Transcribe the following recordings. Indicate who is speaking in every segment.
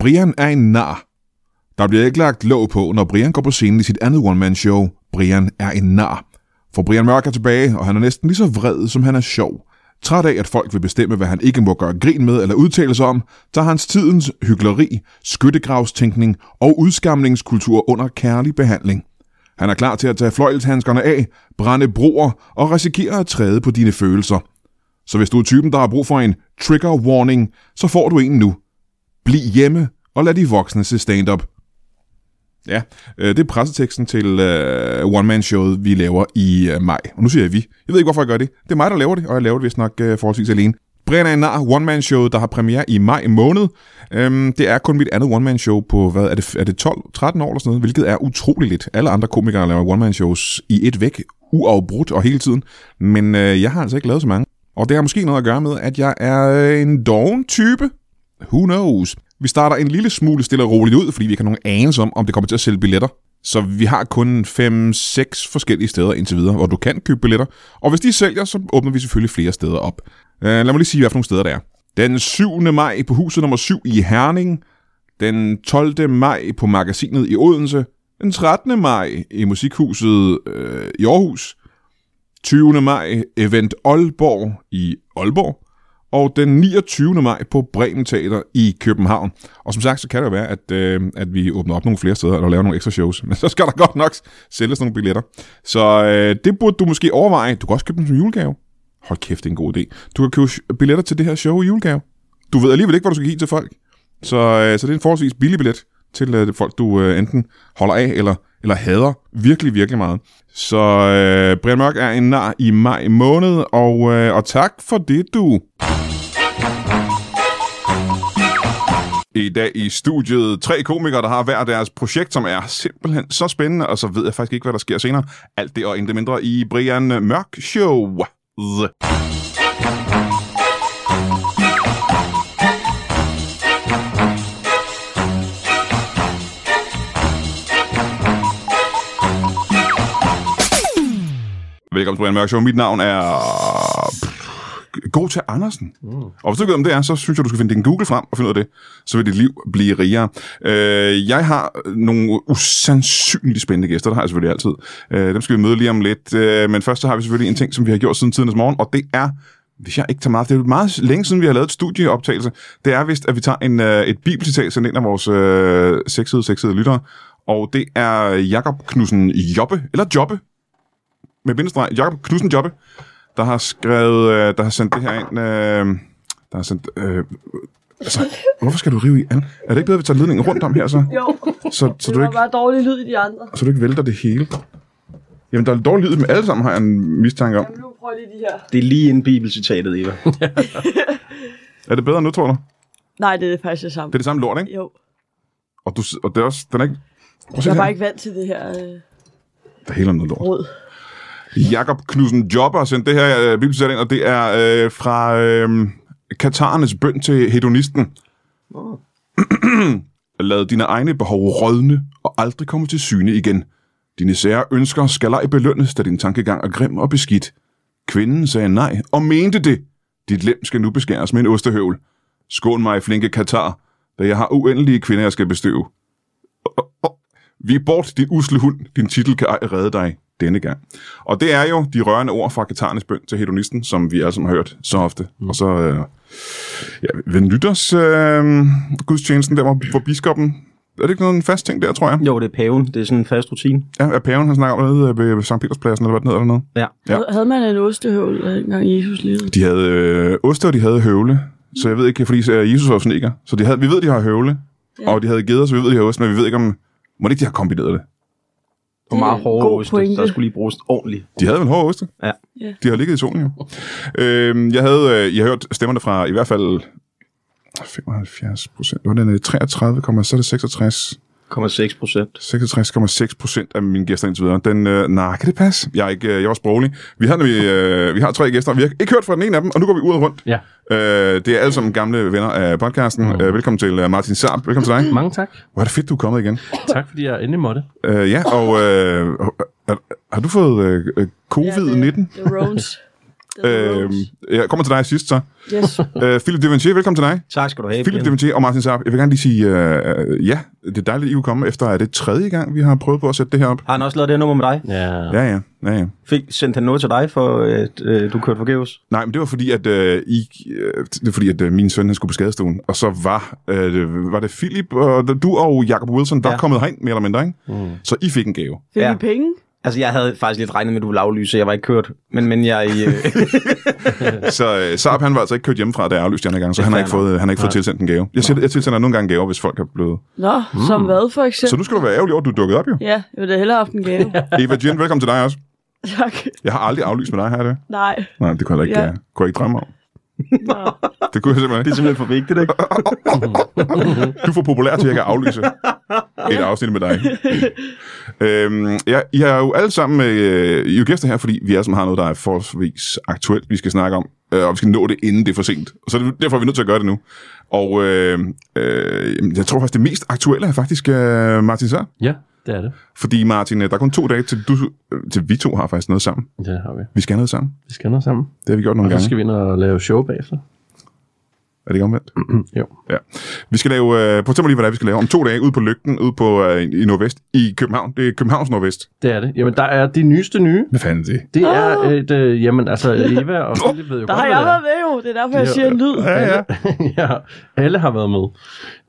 Speaker 1: Brian er en nar. Der bliver ikke lagt låg på, når Brian går på scenen i sit andet one-man-show, Brian er en nar. For Brian Mørk er tilbage, og han er næsten lige så vred, som han er sjov. Træt af, at folk vil bestemme, hvad han ikke må gøre grin med eller udtale sig om, tager hans tidens hyggeleri, skyttegravstænkning og udskamningskultur under kærlig behandling. Han er klar til at tage fløjelshandskerne af, brænde broer og risikere at træde på dine følelser. Så hvis du er typen, der har brug for en trigger warning, så får du en nu. Bliv hjemme og lad de voksne se stand-up. Ja, øh, det er presseteksten til øh, one-man-showet, vi laver i øh, maj. Og nu siger jeg vi. Jeg ved ikke, hvorfor jeg gør det. Det er mig, der laver det, og jeg laver det vist nok øh, forholdsvis alene. Brian er en nar, one-man-showet, der har premiere i maj måned. Øhm, det er kun mit andet one-man-show på, hvad er det, er det 12-13 år eller sådan noget, hvilket er utrolig lidt. Alle andre komikere laver one-man-shows i et væk, uafbrudt og hele tiden. Men øh, jeg har altså ikke lavet så mange. Og det har måske noget at gøre med, at jeg er øh, en doven type. Who knows? Vi starter en lille smule stille og roligt ud, fordi vi ikke har nogen anelse om, om det kommer til at sælge billetter. Så vi har kun 5-6 forskellige steder indtil videre, hvor du kan købe billetter. Og hvis de sælger, så åbner vi selvfølgelig flere steder op. Uh, lad mig lige sige, hvad for nogle steder der er. Den 7. maj på huset nummer 7 i Herning. Den 12. maj på magasinet i Odense. Den 13. maj i Musikhuset øh, i Aarhus. 20. maj Event Aalborg i Aalborg, og den 29. maj på Bremen Teater i København. Og som sagt, så kan det jo være, at, øh, at vi åbner op nogle flere steder, eller laver nogle ekstra shows, men så skal der godt nok sælges nogle billetter. Så øh, det burde du måske overveje. Du kan også købe dem som julegave. Hold kæft, det er en god idé. Du kan købe billetter til det her show i julegave. Du ved alligevel ikke, hvad du skal give til folk. Så, øh, så det er en forholdsvis billig billet til øh, folk, du øh, enten holder af eller, eller hader virkelig, virkelig meget. Så øh, Brian Mørk er en nar i maj måned, og, øh, og tak for det, du. I dag i studiet tre komikere, der har hver deres projekt, som er simpelthen så spændende, og så ved jeg faktisk ikke, hvad der sker senere. Alt det og intet mindre i Brian Mørk Show. Velkommen til Brian Mørk Show. Mit navn er... God til Andersen. Mm. Og hvis du ikke ved, om det er, så synes jeg, du skal finde din Google frem og finde ud af det. Så vil dit liv blive rigere. Øh, jeg har nogle usandsynligt spændende gæster, der har jeg selvfølgelig altid. Øh, dem skal vi møde lige om lidt. Øh, men først så har vi selvfølgelig en ting, som vi har gjort siden tidens morgen, og det er hvis jeg ikke tager meget, det er jo meget længe siden, vi har lavet et studieoptagelse. Det er vist, at vi tager en, øh, et bibelcitat, sendt en af vores øh, sexede, sexede lyttere. Og det er Jakob Knudsen Jobbe, eller Jobbe, med bindestreg, Jakob Knudsen Jobbe, der har skrevet, øh, der har sendt det her ind, øh, der har sendt, øh, altså, hvorfor skal du rive i an? Er det ikke bedre, at vi tager ledningen rundt om her, så?
Speaker 2: Jo,
Speaker 1: Så, så,
Speaker 2: det
Speaker 1: du,
Speaker 2: var
Speaker 1: ikke,
Speaker 2: bare dårlig lyd i de andre.
Speaker 1: så du ikke vælter det hele? Jamen, der er dårlig lyd med alle sammen, har jeg en mistanke om.
Speaker 2: Jamen, nu prøver jeg lige de her.
Speaker 3: Det er lige inden bibelcitatet, Eva.
Speaker 1: Er det bedre nu, tror du?
Speaker 2: Nej, det er faktisk det samme.
Speaker 1: Det er det samme lort, ikke?
Speaker 2: Jo,
Speaker 1: Og, du, s- og det er også, den er ikke... Prøv at se
Speaker 2: jeg er
Speaker 1: her.
Speaker 2: bare ikke vant til det her øh,
Speaker 1: Der er hele om noget lort.
Speaker 2: råd.
Speaker 1: Jakob Knudsen Jobber har sendt det her øh, bibelsæt ind, og det er øh, fra øh, Katarernes bøn til hedonisten. Lad dine egne behov rådne og aldrig komme til syne igen. Dine sære ønsker skal ej belønnes, da din tankegang er grim og beskidt. Kvinden sagde nej og mente det. Dit lem skal nu beskæres med en ostehøvel. Skån mig, flinke Katar, da jeg har uendelige kvinder, jeg skal bestøve. Vi er bort, din usle hund. Din titel kan ej redde dig denne gang. Og det er jo de rørende ord fra Katarnes bøn til hedonisten, som vi alle sammen har hørt så ofte. Mm. Og så øh, ja, ved nytårs øh, gudstjenesten, der hvor, hvor biskoppen... Er det ikke noget en fast ting der, tror jeg?
Speaker 3: Jo, det er paven. Det er sådan en fast rutine.
Speaker 1: Ja, er paven, han snakker om noget øh, ved, ved Sankt Peterspladsen, eller hvad den hedder, eller noget?
Speaker 3: Ja.
Speaker 1: Ja.
Speaker 2: Ja. Havde man en ostehøvl, dengang Jesus levede?
Speaker 1: De havde øh, oste, og de havde høvle. Så jeg ved ikke, fordi øh, Jesus var jo sneker. Så de havde, vi ved, de har høvle. Ja.
Speaker 2: Ja.
Speaker 1: Og de havde geder, så vi ved, de har oste, men vi ved ikke, om... Må det ikke, de har kombineret det?
Speaker 3: Og meget hårde
Speaker 2: god
Speaker 3: oste.
Speaker 2: pointe.
Speaker 3: Der skulle lige bruges ordentligt.
Speaker 1: De havde vel hårde oste?
Speaker 3: Ja.
Speaker 2: Ja.
Speaker 1: De har ligget i solen jo. øhm, jeg havde, øh, jeg har hørt stemmerne fra i hvert fald 75 procent. Hvordan er det? 33, komma- så er det 66.
Speaker 3: 0,6 procent.
Speaker 1: 66,6 procent af mine gæster indtil videre. Den, øh, nej, kan det passe? Jeg er, ikke, øh, jeg var sproglig. Vi har, nemlig, øh, vi har tre gæster, og vi har ikke hørt fra den ene af dem, og nu går vi ud og rundt.
Speaker 4: Ja,
Speaker 1: Øh, det er alle sammen gamle venner af podcasten. Mm. Øh, velkommen til øh, Martin Saab. Velkommen til dig.
Speaker 4: mange tak.
Speaker 1: Hvor er det fedt, du er kommet igen.
Speaker 4: Tak, fordi jeg endelig måtte.
Speaker 1: Øh, ja, og øh, har, har du fået øh, øh,
Speaker 2: Ja,
Speaker 1: covid-19?
Speaker 2: det, det er Rones. Den er
Speaker 1: Øh,
Speaker 2: Rose.
Speaker 1: jeg kommer til dig sidst så.
Speaker 2: Yes.
Speaker 1: Øh, Philip Devanchier, velkommen til dig.
Speaker 3: Tak skal du have,
Speaker 1: Philip
Speaker 3: Brian.
Speaker 1: Devantier og Martin Saab, jeg vil gerne lige sige, øh, øh, ja, det er dejligt, at I kunne komme efter, er det tredje gang, vi har prøvet på at sætte det her op?
Speaker 3: Har han også lavet det her nummer med dig?
Speaker 4: Ja.
Speaker 1: Ja, ja, ja, ja.
Speaker 3: Fik, sendte han noget til dig, for at øh, du kørte forgæves?
Speaker 1: Nej, men det var fordi, at, øh, I, øh, det var fordi, at øh, min søn han skulle på skadestuen, og så var, øh, var det Philip, og du og Jacob Wilson, der ja.
Speaker 3: Ja.
Speaker 1: kommet herind, mere eller mindre, ikke? Mm. Så I fik en gave.
Speaker 2: Fik
Speaker 3: Ja.
Speaker 2: I penge?
Speaker 3: Altså, jeg havde faktisk lidt regnet med, at du ville aflyse, så jeg var ikke kørt. Men, men jeg... Øh,
Speaker 1: Så øh, Saab, han var altså ikke kørt hjemmefra, da jeg aflyste den her gang, så
Speaker 3: Det er
Speaker 1: han har
Speaker 3: fair
Speaker 1: ikke fået, han har ikke fået tilsendt en gave. Jeg, siger, jeg tilsender nogle gange gaver, hvis folk er blevet...
Speaker 2: Nå, som hvad for
Speaker 1: Så
Speaker 2: eksempel?
Speaker 1: nu skal du være ærgerlig over, at du er dukket op, jo.
Speaker 2: Ja, jeg ville da hellere have haft en gave.
Speaker 1: Eva Jean, velkommen til dig også.
Speaker 2: Tak.
Speaker 1: Jeg har aldrig aflyst med dig, har jeg det?
Speaker 2: Nej.
Speaker 1: Nej, det kunne jeg da ikke,
Speaker 2: Ja.
Speaker 1: ja. kunne jeg ikke drømme om.
Speaker 2: Nå.
Speaker 1: Det kunne jeg simpelthen ikke.
Speaker 3: det er simpelthen for vigtigt, ikke?
Speaker 1: Du er for populær til, at jeg kan aflyse et afsnit med dig. øhm, ja, I er jo alle sammen øh, I er jo gæster her, fordi vi alle sammen har noget, der er forholdsvis aktuelt, vi skal snakke om, øh, og vi skal nå det, inden det er for sent. Og så er det, derfor er vi nødt til at gøre det nu. Og øh, øh, jamen, jeg tror faktisk, det mest aktuelle er faktisk øh, Martin Sær.
Speaker 4: ja, det er det.
Speaker 1: Fordi Martin, øh, der er kun to dage, til, du, øh, til vi to har faktisk noget sammen.
Speaker 4: Det har vi.
Speaker 1: Vi skal have noget sammen.
Speaker 4: Vi skal noget sammen.
Speaker 1: Det har vi gjort nogle
Speaker 4: Og så
Speaker 1: gange.
Speaker 4: skal vi ind og lave show bagefter.
Speaker 1: Er det ikke omvendt?
Speaker 4: Jo.
Speaker 1: Ja. Vi skal lave, øh, prøv at tænke mig lige, hvad det er, vi skal lave om to dage ude på lygten, ude på, øh, i Nordvest, i København. Det er Københavns Nordvest.
Speaker 4: Det er det. Jamen, der er de nyeste nye.
Speaker 1: Hvad fanden er det?
Speaker 4: Det er et... Øh, jamen, altså, Eva og Philip ved jo
Speaker 2: Ah. Der
Speaker 4: godt,
Speaker 2: har
Speaker 4: hvad
Speaker 2: jeg
Speaker 4: det er.
Speaker 2: været med jo. Det er derfor, jeg
Speaker 4: Ja.
Speaker 2: siger en lyd.
Speaker 1: Ja, ja.
Speaker 4: ja, alle har været med. Det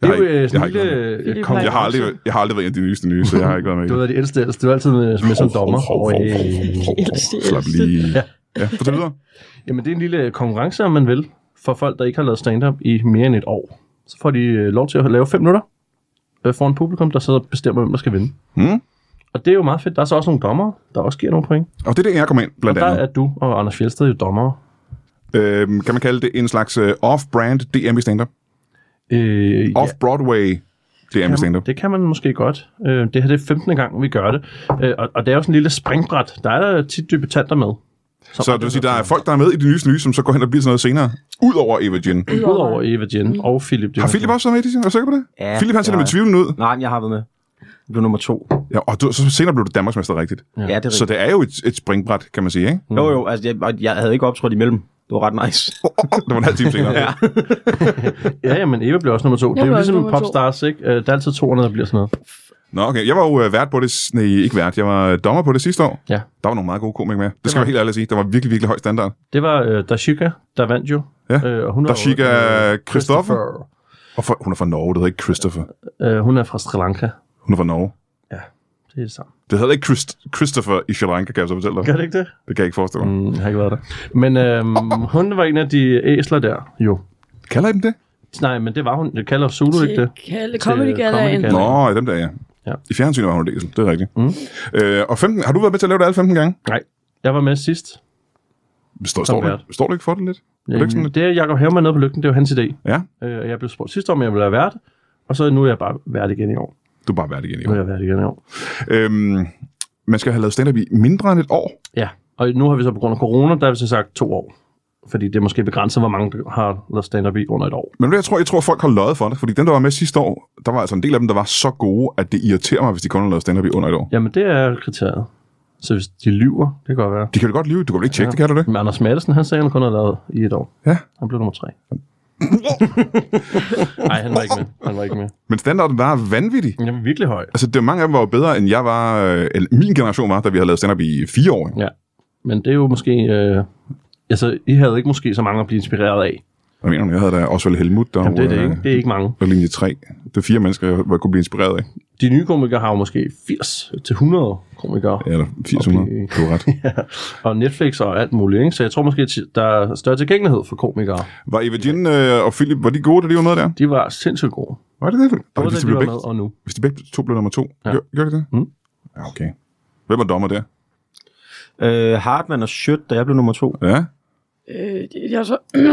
Speaker 1: Jeg
Speaker 4: er
Speaker 1: har
Speaker 4: jo
Speaker 1: ikke-
Speaker 4: øh,
Speaker 1: jeg
Speaker 4: sådan
Speaker 1: har
Speaker 4: en
Speaker 1: ikke
Speaker 4: lille øh,
Speaker 2: Philip
Speaker 4: konkurrence.
Speaker 1: Jeg har, aldrig, jeg har aldrig været en af de nyeste nye, så jeg har ikke været med i
Speaker 4: Du
Speaker 1: det.
Speaker 4: er de ældste, ældste. Du er altid med, med som dommer.
Speaker 1: Hov, hov, hov, hov, hov, hov, hov.
Speaker 2: Ældste, ældste.
Speaker 1: Slap lige. Ja, fortæl videre.
Speaker 4: Jamen, det er en lille konkurrence, om man vil, for folk, der ikke har lavet stand-up i mere end et år. Så får de øh, lov til at lave fem minutter øh, foran publikum, der så bestemmer, hvem der skal vinde.
Speaker 1: Mm.
Speaker 4: Og det er jo meget fedt. Der er så også nogle dommer, der også giver nogle point.
Speaker 1: Og det er det, jeg kommer ind,
Speaker 4: Og
Speaker 1: blandt
Speaker 4: der
Speaker 1: andet.
Speaker 4: er du og Anders Fjeldsted jo dommer.
Speaker 1: Øhm, kan man kalde det en slags øh, off-brand DM i stand-up?
Speaker 4: Øh, ja,
Speaker 1: Off-Broadway DM i
Speaker 4: kan man,
Speaker 1: stand-up.
Speaker 4: det kan man måske godt. Øh, det her det er 15. gang, vi gør det. Øh, og, og det er jo sådan en lille springbræt. Der er der tit debutanter med.
Speaker 1: Så det vil sige, der er folk, der er med i de nyeste nye, som så går hen og bliver sådan noget senere. Udover Eva Jean.
Speaker 4: Udover Eva Jen og Philip.
Speaker 1: Har Philip også været med i det? Er du sikker på det?
Speaker 3: Ja,
Speaker 1: Philip han ser
Speaker 3: jeg-
Speaker 1: med tvivlen ud.
Speaker 3: Nej, men jeg har været med. Du er nummer to.
Speaker 1: Ja, og du, så senere blev du Danmarksmester rigtigt.
Speaker 3: Ja, det er rigtigt.
Speaker 1: Så det er jo et, et springbræt, kan man sige, ikke?
Speaker 3: Jo, jo, altså, jeg, og jeg havde ikke optrådt imellem. Det var ret nice.
Speaker 1: Det var en halv time senere. ja.
Speaker 4: Ja, ja, men Eva blev også nummer to. det er jo
Speaker 2: blev også
Speaker 4: ligesom
Speaker 2: nummer to.
Speaker 4: popstars, ikke? Øh, Der er altid 200, der bliver sådan noget.
Speaker 1: Nå, okay. Jeg var jo øh, vært på det, s- nej, ikke vært, jeg var øh, dommer på det sidste år.
Speaker 4: Ja.
Speaker 1: Der var nogle meget gode komikere med. Det skal jeg helt ærligt sige. Der var virkelig, virkelig høj standard.
Speaker 4: Det var øh, Dashika, der vandt jo.
Speaker 1: Ja.
Speaker 4: Øh, og hun er jo-
Speaker 1: Dashika
Speaker 4: øh,
Speaker 1: Christoffer. Og for, hun er fra Norge, det hedder ikke Christopher.
Speaker 4: Øh, hun er fra Sri Lanka.
Speaker 1: Hun er fra Norge.
Speaker 4: Det er det samme.
Speaker 1: Det hedder ikke Christ- Christopher i Sri Lanka, kan jeg så fortælle dig.
Speaker 4: Gør det ikke det?
Speaker 1: Det kan jeg ikke forestille mig. Mm.
Speaker 4: Mm, jeg har ikke været der. Men øh, hun var en af de æsler der, jo.
Speaker 1: Kalder I dem det?
Speaker 4: Nej, men det var hun. Det kalder Zulu, ikke det?
Speaker 2: Kalde Comedy Galaen.
Speaker 4: Comedy Galaen.
Speaker 1: Nå, i dem der, ja.
Speaker 4: Ja.
Speaker 1: I fjernsynet var hun del, det er rigtigt. Mm. Øh, og 15, har du været med til at lave det alle 15 gange?
Speaker 4: Nej, jeg var med sidst.
Speaker 1: Står,
Speaker 4: Som
Speaker 1: står,
Speaker 4: vært.
Speaker 1: du, står du ikke for det lidt? Er det ikke sådan
Speaker 4: Øhm,
Speaker 1: lidt?
Speaker 4: Det er Jacob Havemann nede på lygten, det var hans idé.
Speaker 1: Ja,
Speaker 4: Øh, og jeg blev spurgt sidste år, om jeg ville være vært, og så nu er jeg bare vært igen i år.
Speaker 1: du er bare vært igen i
Speaker 4: Nu er
Speaker 1: år.
Speaker 4: jeg vært igen i år.
Speaker 1: Øhm, man skal have lavet stand-up i mindre end et år.
Speaker 4: Ja, og nu har vi så på grund af corona, der har vi så sagt to år. Fordi det er måske begrænset, hvor mange der har lavet stand-up i under et år.
Speaker 1: Men det, jeg tror, jeg tror, folk har løjet for det, fordi dem, der var med sidste år, der var altså en del af dem, der var så gode, at det irriterer mig, hvis de kun har lavet stand-up i under et år.
Speaker 4: Jamen, det er kriteriet. Så hvis de lyver, det kan godt være.
Speaker 1: De kan da godt lyve, du kan vel ikke tjekke ja. det, kan du det?
Speaker 4: Men Anders Madsen, han sagde, han kun havde lavet i et år.
Speaker 1: Ja.
Speaker 4: Han blev nummer tre. Nej, han var ikke med. Han var ikke med.
Speaker 1: Men standarden var vanvittig.
Speaker 4: Men Jeg var virkelig høj.
Speaker 1: Altså, det, mange af dem var jo bedre, end jeg var, øh, eller min generation var, da vi havde lavet stand-up i fire år. ikke?
Speaker 4: Ja. Men det er jo måske... Øh, altså, I havde ikke måske så mange at blive inspireret af.
Speaker 1: Hvad mener du? Jeg havde da Osvald Helmut, der
Speaker 4: Jamen, det er det
Speaker 1: øh,
Speaker 4: ikke. Det er ikke mange.
Speaker 1: og linje 3. Det er fire mennesker, jeg var- kunne blive inspireret af.
Speaker 4: De nye komikere har jo måske 80 til 100 komikere.
Speaker 1: Ja, Eller 800.
Speaker 4: Oppe i-
Speaker 1: Du har ret.
Speaker 4: Og Netflix og alt muligt, ikke? Så jeg tror måske, at der er større tilgængelighed for komikere.
Speaker 1: Var Eva Jean øh, og Philip, var de gode, da de var med der?
Speaker 4: De var sindssygt gode.
Speaker 1: Var det det? Og
Speaker 4: Både
Speaker 1: hvis, de
Speaker 4: da de
Speaker 1: blev
Speaker 4: var
Speaker 1: begge,
Speaker 4: med og nu.
Speaker 1: hvis de begge to blev nummer to,
Speaker 4: Ja.
Speaker 1: gør, gør de det?
Speaker 4: Mm.
Speaker 1: Ja, okay. Hvem var dommer der?
Speaker 3: Øh, Hartmann og Schødt, da jeg blev nummer to.
Speaker 1: Ja.
Speaker 2: Øh, det- jeg tror... Det
Speaker 1: Oh,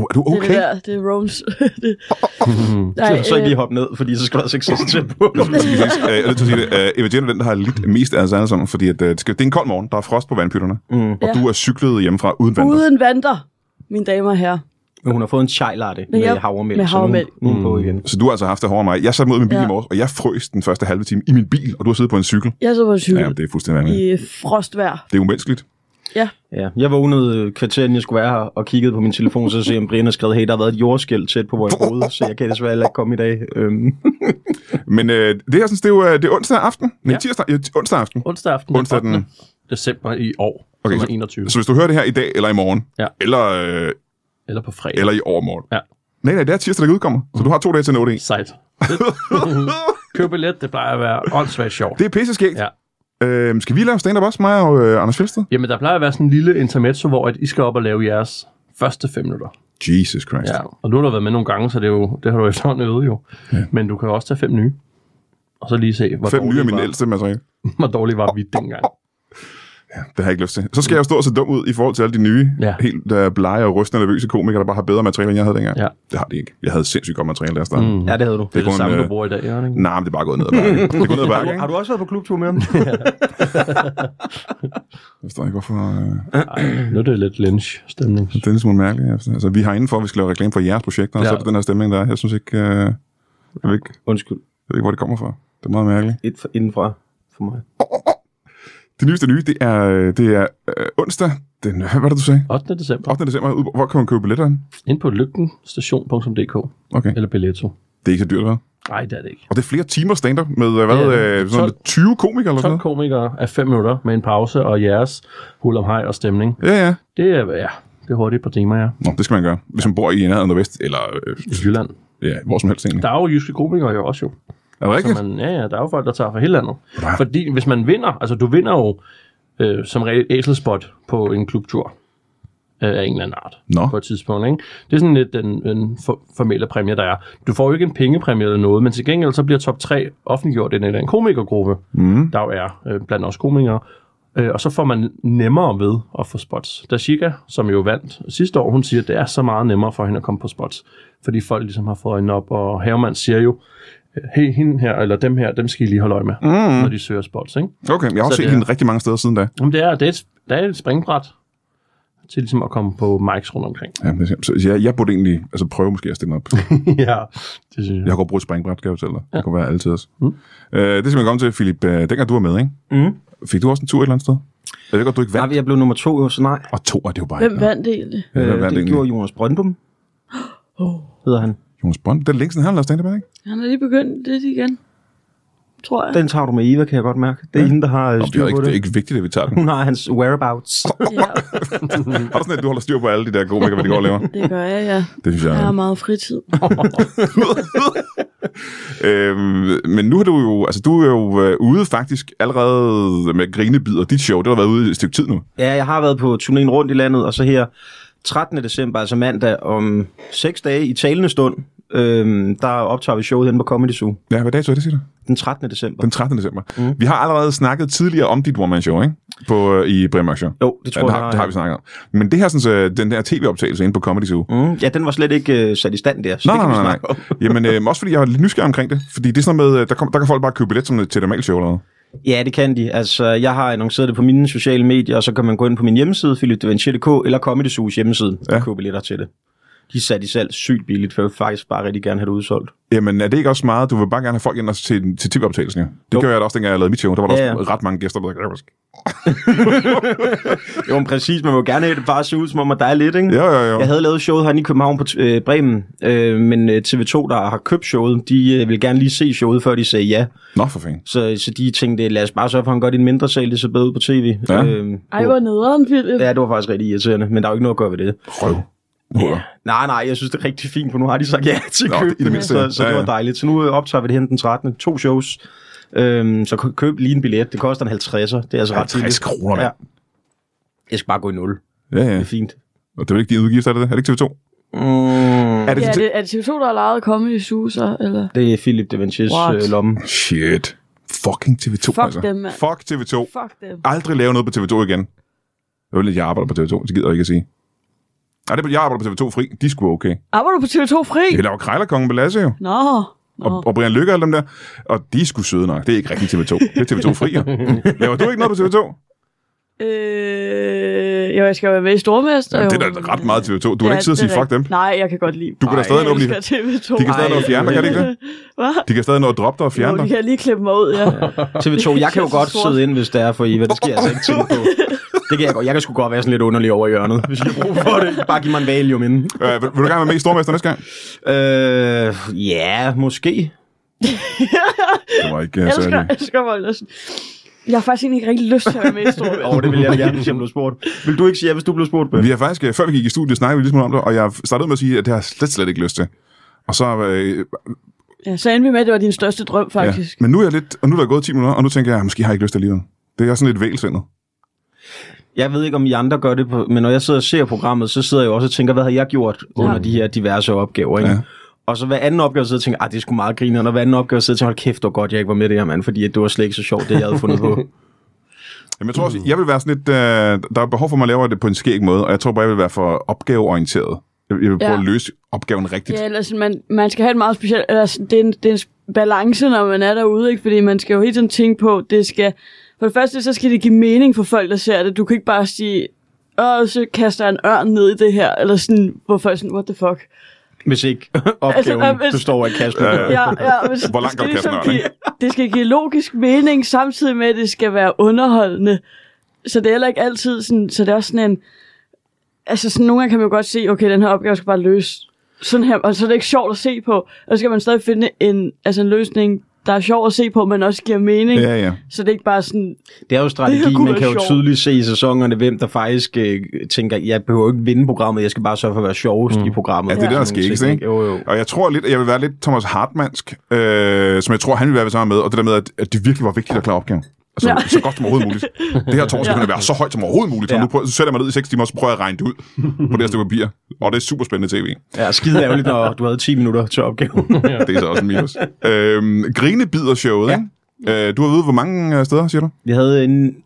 Speaker 1: er du
Speaker 2: er det
Speaker 1: okay?
Speaker 2: der, det er Rome's. det, nej,
Speaker 3: Så ikke
Speaker 2: øh,
Speaker 3: lige hoppe ned, fordi så skal der altså ikke sætte til på.
Speaker 1: Præcis. Øh, Jeg er nødt til at sige det. Øh, Eva Jane er den, der har lidt mest af os alle sammen, fordi at, øh, det, skal, det er en kold morgen, der er frost på vandpytterne,
Speaker 3: Mm.
Speaker 1: og
Speaker 2: Ja.
Speaker 1: du er cyklet hjemmefra uden vand.
Speaker 2: uden vandter, mine damer og herrer.
Speaker 3: Men hun har fået en chai latte med,
Speaker 2: jeg-
Speaker 3: havremælk,
Speaker 2: med
Speaker 3: så nu-
Speaker 2: havremælk.
Speaker 3: nu er hun på igen.
Speaker 1: Så du har altså haft det hårdere end mig. Jeg satte mod min bil
Speaker 2: Ja.
Speaker 1: i morges, og jeg frøs den første halve time i min bil, og du har siddet på en cykel.
Speaker 2: Jeg så på en cykel
Speaker 1: Ja, det er fuldstændig vanvittigt.
Speaker 2: i frostvær.
Speaker 1: Det er umenneskeligt.
Speaker 2: Ja.
Speaker 3: Ja. Jeg vågnede øh, kvarter, inden jeg skulle være her, og kiggede på min telefon, så se, om Brian har skrevet, hey, der har været et jordskæld tæt på, hvor jeg boede, så jeg kan desværre heller ikke komme i dag. Øhm,
Speaker 1: Men øh, det her, synes, det er jo øh, det er onsdag aften. Nej,
Speaker 4: Ja.
Speaker 1: tirsdag, ja, onsdag aften.
Speaker 4: Onsdag aften
Speaker 1: Onsdag den-
Speaker 4: 8. december i år, altså
Speaker 1: Okay,
Speaker 4: okay, som
Speaker 1: så-
Speaker 4: er 21.
Speaker 1: Så hvis du hører det her i dag, eller i morgen,
Speaker 4: Ja.
Speaker 1: eller, øh,
Speaker 4: Eller på fredag.
Speaker 1: eller i overmorgen.
Speaker 4: Ja.
Speaker 1: Nej, nej, det er tirsdag, der udkommer. Så du har to dage til at nå det i.
Speaker 4: Sejt. Køb billet, det plejer at være åndssvagt sjovt.
Speaker 1: Det er pisse skægt.
Speaker 4: Ja.
Speaker 1: Øhm, skal vi lave stand-up også, mig og øh, Anders Fjeldsted?
Speaker 4: Jamen, der plejer at være sådan en lille intermezzo, hvor at I skal op og lave jeres første fem minutter.
Speaker 1: Jesus Christ.
Speaker 4: Ja, og nu har du været med nogle gange, så det, er jo, det har du efterhånden øvet jo. Ja. Men du kan jo også tage fem nye. Og så lige se, hvor
Speaker 1: Fem nye
Speaker 4: dårlig,
Speaker 1: af min
Speaker 4: var,
Speaker 1: ældste materiale.
Speaker 4: hvor dårlig var vi dengang.
Speaker 1: Det har jeg ikke lyst til. Så skal jeg jo stå og se dum ud i forhold til alle de nye, ja.
Speaker 4: Mm. Ja.
Speaker 1: helt øh, blege og rystende nervøse komikere, der bare har bedre materiale, end jeg havde dengang.
Speaker 4: Ja.
Speaker 1: Det har de ikke. Jeg havde sindssygt godt materiale, der startede. Mm.
Speaker 3: ja, det havde du.
Speaker 4: Det er
Speaker 1: kun,
Speaker 4: det samme,
Speaker 1: øh,
Speaker 4: du bruger i dag, Jørgen, ikke?
Speaker 1: Nej, men det er bare gået ned ad bakke. Det er gået ned ad
Speaker 3: Har
Speaker 1: bakke,
Speaker 3: du,
Speaker 1: ikke?
Speaker 3: har du også været på klubtur med ham?
Speaker 1: Jeg forstår ikke, hvorfor øh,
Speaker 4: Nej, nu er det lidt lynch-stemning.
Speaker 1: det er lidt smule mærkeligt. Altså, Altså, vi har indenfor, at vi skal lave reklame for jeres projekter, og
Speaker 4: Ja.
Speaker 1: så er det den her stemning, der er. Jeg synes ikke, øh, jeg, ved ikke,
Speaker 3: Undskyld.
Speaker 1: jeg ved ikke, hvor det kommer fra. Det er meget mærkeligt.
Speaker 3: Et for, indenfra for mig.
Speaker 1: Det nyeste nye, det er, øh, det er øh, onsdag, den, hvad var det, du sagde?
Speaker 4: 8. december.
Speaker 1: 8. december, ud- hvor kan man købe billetter? henne?
Speaker 4: Ind på lygtenstation.dk
Speaker 1: Okay,
Speaker 4: eller Billetto.
Speaker 1: det er ikke så dyrt, hvad?
Speaker 4: Nej, det er det ikke.
Speaker 1: Og det er flere timer stand-up med, øh, hvad,
Speaker 4: Ja,
Speaker 1: øh, sådan
Speaker 4: 12
Speaker 1: noget 20 komikere eller sådan
Speaker 4: 12
Speaker 1: noget?
Speaker 4: komikere af 5 minutter med en pause og jeres hul om hej og stemning.
Speaker 1: Ja, ja.
Speaker 4: Det er, ja, det er hurtigt et par timer, ja.
Speaker 1: Nå, det skal man gøre, hvis man bor i nærheden af vest, eller øh,
Speaker 4: I Jylland.
Speaker 1: ja, hvor som helst egentlig.
Speaker 4: Der er jo jyske komikere jo også jo.
Speaker 1: Er det rigtigt?
Speaker 4: Så man, ja, ja, der er jo folk, der tager fra hele landet. Fordi hvis man vinder, altså du vinder jo øh, som regel et æselspot på en klubtur øh, af en eller anden art
Speaker 1: Nå.
Speaker 4: på et tidspunkt. Ikke? Det er sådan lidt den, den for, formelle præmie, der er. Du får jo ikke en pengepræmie eller noget, men til gengæld så bliver top 3 offentliggjort i en eller anden komikergruppe, mm. der jo er øh, blandt os komikere. Øh, og så får man nemmere ved at få spots. Da Chica, som jo vandt sidste år, hun siger, at det er så meget nemmere for hende at komme på spots. Fordi folk ligesom har fået hende op, og Herman siger jo, "Øh, hey, hende her, eller dem her, dem skal I lige holde øje med, mm. når de søger spots, ikke?
Speaker 1: Okay, jeg har også
Speaker 4: Så
Speaker 1: set
Speaker 4: det er-
Speaker 1: hende rigtig mange steder siden da.
Speaker 4: Jamen, det er, det er, et, det er et springbræt til ligesom at komme på mics rundt omkring.
Speaker 1: Ja, men det er- så jeg, jeg burde egentlig altså, prøve måske at stille mig op.
Speaker 4: ja, det synes
Speaker 1: Jeg
Speaker 4: jeg.
Speaker 1: har godt brugt springbræt, kan jeg fortælle dig. Det kunne være altid også. Mm. Øh, det skal man komme til, Philip. Øh, dengang du var med, ikke?
Speaker 3: Mm.
Speaker 1: Fik du også en tur et eller andet sted? Jeg ved godt, du ikke vandt.
Speaker 3: Nej, jeg blev nummer to, jo, så nej.
Speaker 1: Og to er det jo bare
Speaker 2: Hvem
Speaker 1: ikke. noget.
Speaker 2: vandt det egentlig?
Speaker 1: Ja, hvem
Speaker 3: Øh,
Speaker 1: vandt
Speaker 3: det
Speaker 1: egentlig?
Speaker 3: gjorde Jonas Brøndum,
Speaker 2: Oh.
Speaker 3: hedder han.
Speaker 1: Jonas Bond. Det er længst, han har lavet stand-up, er det ikke?
Speaker 2: Han er lige begyndt lidt igen. Tror jeg.
Speaker 3: Den tager du med Eva, kan jeg godt mærke. Det er hende, der har øh,
Speaker 1: Nå, det, er
Speaker 3: styr
Speaker 1: ikke
Speaker 3: på
Speaker 1: det er
Speaker 3: det.
Speaker 1: ikke vigtigt, at vi tager den.
Speaker 3: Hun har hans whereabouts.
Speaker 2: Ja,
Speaker 1: Har du sådan, at du holder styr på alle de der komikere, hvad de går og laver?
Speaker 2: det gør jeg, ja.
Speaker 1: Det synes jeg.
Speaker 2: Jeg
Speaker 1: Ja,
Speaker 2: har meget fritid.
Speaker 1: øhm, men nu har du jo, altså du er jo øh, ude faktisk allerede med grinebider. Dit show, det har været ude i et stykke tid nu.
Speaker 3: Ja, jeg har været på turnéen rundt i landet, og så her 13. december, altså mandag, om 6 dage i talende stund, øhm, der optager vi showet hen på Comedy Zoo.
Speaker 1: Ja, hvad dato er det, siger du?
Speaker 3: Den 13. december.
Speaker 1: Den 13. december. Mm. Vi har allerede snakket tidligere om dit one-man-show, ikke? På, øh, I Brian Mørk Show.
Speaker 3: Jo, det tror
Speaker 1: ja, det
Speaker 3: jeg,
Speaker 1: har, det har vi snakket om. Men det her, sådan, så, den der tv-optagelse inde på Comedy Zoo,
Speaker 3: Mm, ja, den var slet ikke øh, sat i stand der, så
Speaker 1: Nej,
Speaker 3: det kan
Speaker 1: nej,
Speaker 3: vi
Speaker 1: nej,
Speaker 3: snakke
Speaker 1: nej. Jamen, øh, også fordi jeg er lidt nysgerrig omkring det. Fordi det er sådan noget med, øh, der, kom, der kan folk bare købe billet som til et normalt show eller noget.
Speaker 3: om. Ja, det kan de. Altså, jeg har annonceret det på mine sociale medier, og så kan man gå ind på min hjemmeside, philipdevanchier.dk, eller Comedy Zoo's hjemmeside,
Speaker 1: Ja.
Speaker 3: ja. og købe billetter til det. De er sat i salg sygt billigt, for jeg vil faktisk bare rigtig gerne have det udsolgt.
Speaker 1: Jamen, er det ikke også meget? Du vil bare gerne have folk ind og til, til tv-optagelsen, ja. Det
Speaker 3: Jo.
Speaker 1: gør jeg da også, dengang jeg lavede mit show. Der var der
Speaker 3: Ja,
Speaker 1: også ret mange gæster, der sagde,
Speaker 3: Jo, men præcis, man må gerne have det bare se ud, som om at der er lidt, ikke?
Speaker 1: ja, ja, ja.
Speaker 3: Jeg havde lavet showet herinde i København på t- øh, Bremen, øh, men øh, TV2, der har købt showet, de øh, vil gerne lige se showet, før de sagde ja.
Speaker 1: Nå, for fanden.
Speaker 3: Så, så de tænkte, lad os bare sørge for, at han gør det i en mindre sal, det ser bedre ud på tv.
Speaker 1: Ja.
Speaker 3: Øh,
Speaker 2: Ej, hvor nederen, Philip.
Speaker 3: ja, det var faktisk rigtig irriterende, men der er jo ikke noget at gøre ved det.
Speaker 1: Prøv. Ja.
Speaker 3: Nej, nej, jeg synes, det er rigtig fint, for nu har de sagt ja til
Speaker 1: Nå,
Speaker 3: at købe
Speaker 1: i det
Speaker 3: den,
Speaker 1: mindste.
Speaker 3: så, så
Speaker 1: Ja,
Speaker 3: det
Speaker 1: ja.
Speaker 3: var dejligt. Så nu øh, optager vi det hen den 13. To shows. Øhm, så kø- køb lige en billet. Det koster en 50'er. Det er altså ret
Speaker 1: 50
Speaker 3: billigt.
Speaker 1: kroner, mand.
Speaker 3: Ja. Jeg skal bare gå i nul.
Speaker 1: Ja, ja.
Speaker 3: Det er fint.
Speaker 1: Og det er vel ikke de udgifter, er det det? Er det ikke TV2?
Speaker 3: Mm,
Speaker 1: Er det,
Speaker 2: Ja,
Speaker 1: ja,
Speaker 2: er det, er det TV2, der har lejet Comedy Zoo, så? Eller?
Speaker 3: det er Philip de Vincis
Speaker 2: What?
Speaker 3: øh, lomme.
Speaker 1: Shit. Fucking TV2,
Speaker 2: Fuck
Speaker 1: altså.
Speaker 2: dem, mand.
Speaker 1: Fuck TV2.
Speaker 2: Fuck dem.
Speaker 1: Aldrig lave noget på TV2 igen. Det var lidt, jeg arbejder på TV2. Det gider jeg ikke at sige. Nej, det er, jeg arbejder på TV2 fri. De skulle okay.
Speaker 2: Arbejder du på TV2 Fri?
Speaker 1: Jeg laver Krejlerkongen på Lasse, jo.
Speaker 2: Nå. Nå.
Speaker 1: og, og Brian Lykke og alle dem der. Og de er sgu søde nok. Det er ikke rigtig TV2. Det er TV2 fri, jo. Laver du ikke noget på TV2?
Speaker 2: Øh, jo, jeg skal jo være med i Stormester.
Speaker 1: Jamen,
Speaker 2: jo,
Speaker 1: det er da ret
Speaker 2: men,
Speaker 1: meget
Speaker 2: øh,
Speaker 1: TV2. Du kan
Speaker 2: ja,
Speaker 1: ikke sidde og
Speaker 2: det er
Speaker 1: sige, fuck dem.
Speaker 2: rigtigt. Nej, jeg kan godt lide.
Speaker 1: Du kan da
Speaker 2: Ej,
Speaker 1: stadig nå
Speaker 2: jeg
Speaker 1: at blive...
Speaker 2: elsker TV2.
Speaker 1: De kan stadig nå at fjerne dig, kan de ikke det?
Speaker 2: Hvad?
Speaker 1: De kan stadig nå at droppe dig og fjerne
Speaker 2: Jo,
Speaker 1: dig.
Speaker 2: de kan lige klippe mig ud, ja.
Speaker 3: TV2, jeg kan
Speaker 2: Jeg
Speaker 3: jo
Speaker 2: er så
Speaker 3: godt
Speaker 2: sort.
Speaker 3: sidde ind, hvis det er for Eva. Det skal jeg altså ikke tænke på. Det kan jeg godt. Jeg kan sgu godt være sådan lidt underlig over i hjørnet, hvis jeg har brug for det. Bare giv mig en valium inden.
Speaker 1: Øh, vil, vil du gerne være med i Stormester næste gang?
Speaker 3: Øh, ja, måske.
Speaker 1: Det var ikke uh,
Speaker 2: Jeg elsker,
Speaker 1: særlig.
Speaker 2: jeg elsker Voldnersen. Jeg har faktisk egentlig ikke rigtig lyst til at være med i Stormester.
Speaker 3: Åh, oh, det vil jeg da gerne, hvis jeg blev spurgt. Vil du ikke sige ja, hvis du blev spurgt, Bøf?
Speaker 1: Vi har faktisk, øh, før vi gik i studiet, snakkede vi lidt om det, og jeg startede med at sige, at det har jeg slet, slet ikke lyst til. Og så, øh,
Speaker 2: Ja, så endte vi med, at det var din største drøm,
Speaker 1: ja.
Speaker 2: faktisk.
Speaker 1: Men nu er jeg lidt, og nu er der gået 10 minutter, og nu tænker jeg, "Ah, måske har jeg ikke lyst til alligevel. Det er sådan lidt vælsindet.
Speaker 3: Jeg ved ikke, om I andre gør det, på, men når jeg sidder og ser programmet, så sidder jeg jo også og tænker, hvad har jeg gjort under de her diverse opgaver, ikke?
Speaker 1: Ja.
Speaker 3: Ja. Og så hver anden opgave sidder jeg og tænker, ah, det er sgu meget griner, og hver anden opgave sidder jeg og tænker, hold kæft, hvor godt jeg ikke var med i det her, mand, fordi at det var slet ikke så sjovt, det jeg havde fundet på.
Speaker 1: Jamen, jeg tror
Speaker 2: Mm.
Speaker 1: også, jeg vil være sådan lidt, øh, der er behov for, at man laver det på en skæg måde, og jeg tror bare, jeg vil være for opgaveorienteret. Jeg jeg vil prøve
Speaker 2: Ja.
Speaker 1: at løse opgaven rigtigt.
Speaker 2: Ja, eller sådan, man, man skal have en meget speciel... Eller sådan, det, er en, det er en s- balance, når man er derude, ikke? Fordi man skal jo hele tiden tænke på, det skal... For det første, så skal det give mening for folk, der ser det. Du kan ikke bare sige, åh, så kaster jeg en ørn ned i det her, eller sådan, hvor folk er sådan, what the fuck.
Speaker 3: Hvis ikke opgaven
Speaker 2: Altså, hvis-
Speaker 3: består af Kasper.
Speaker 1: Ja, ja.
Speaker 3: Ja,
Speaker 2: Ja, ja, men
Speaker 1: Hvor langt
Speaker 2: det, skal ligesom
Speaker 1: går katten,
Speaker 2: give, det skal give logisk mening, samtidig med, at det skal være underholdende. Så det er heller ikke altid sådan, så det er også sådan en... Altså sådan, nogle gange kan man jo godt se, okay, den her opgave skal bare løse sådan her, og så er det ikke sjovt at se på. Og så skal man stadig finde en, altså en løsning, der er sjov at se på, men også giver mening.
Speaker 1: Ja, ja.
Speaker 2: Så det er ikke bare sådan,
Speaker 3: Det er jo
Speaker 2: Det her
Speaker 3: strategi,
Speaker 2: kunne
Speaker 3: man
Speaker 2: være
Speaker 3: kan jo
Speaker 2: sjovt.
Speaker 3: tydeligt se i sæsonerne, hvem der faktisk øh, tænker, jeg behøver ikke vinde programmet, jeg skal bare sørge for at være sjovest mm. i programmet.
Speaker 1: Ja, det er det, der er
Speaker 3: Sådan nogle
Speaker 1: skægt,
Speaker 3: ting,
Speaker 1: ikke?
Speaker 3: Jo, jo.
Speaker 1: Og jeg tror lidt, at jeg vil være lidt Thomas Hartmannsk, øh, som jeg tror, han ville være ved sammen med, og det der med, at, at det virkelig var vigtigt at klare opgaven. Altså, ja.
Speaker 2: Ja.
Speaker 1: så godt som overhovedet muligt. Det her tår skal kunne være så højt som overhovedet muligt. Ja.
Speaker 3: Ja.
Speaker 1: Nu prøver, så sætter jeg mig ned i 6 timer, og så prøver jeg at regne det ud på det her stykke papir. Og det er super spændende tv.
Speaker 3: Ja, skide ærgerligt, når du havde 10 minutter til opgaven.
Speaker 1: Det er så også en minus. Øhm, grinebider showet, ja. ikke? Øh, du har været ude hvor mange øh, steder, siger du?
Speaker 3: Vi havde en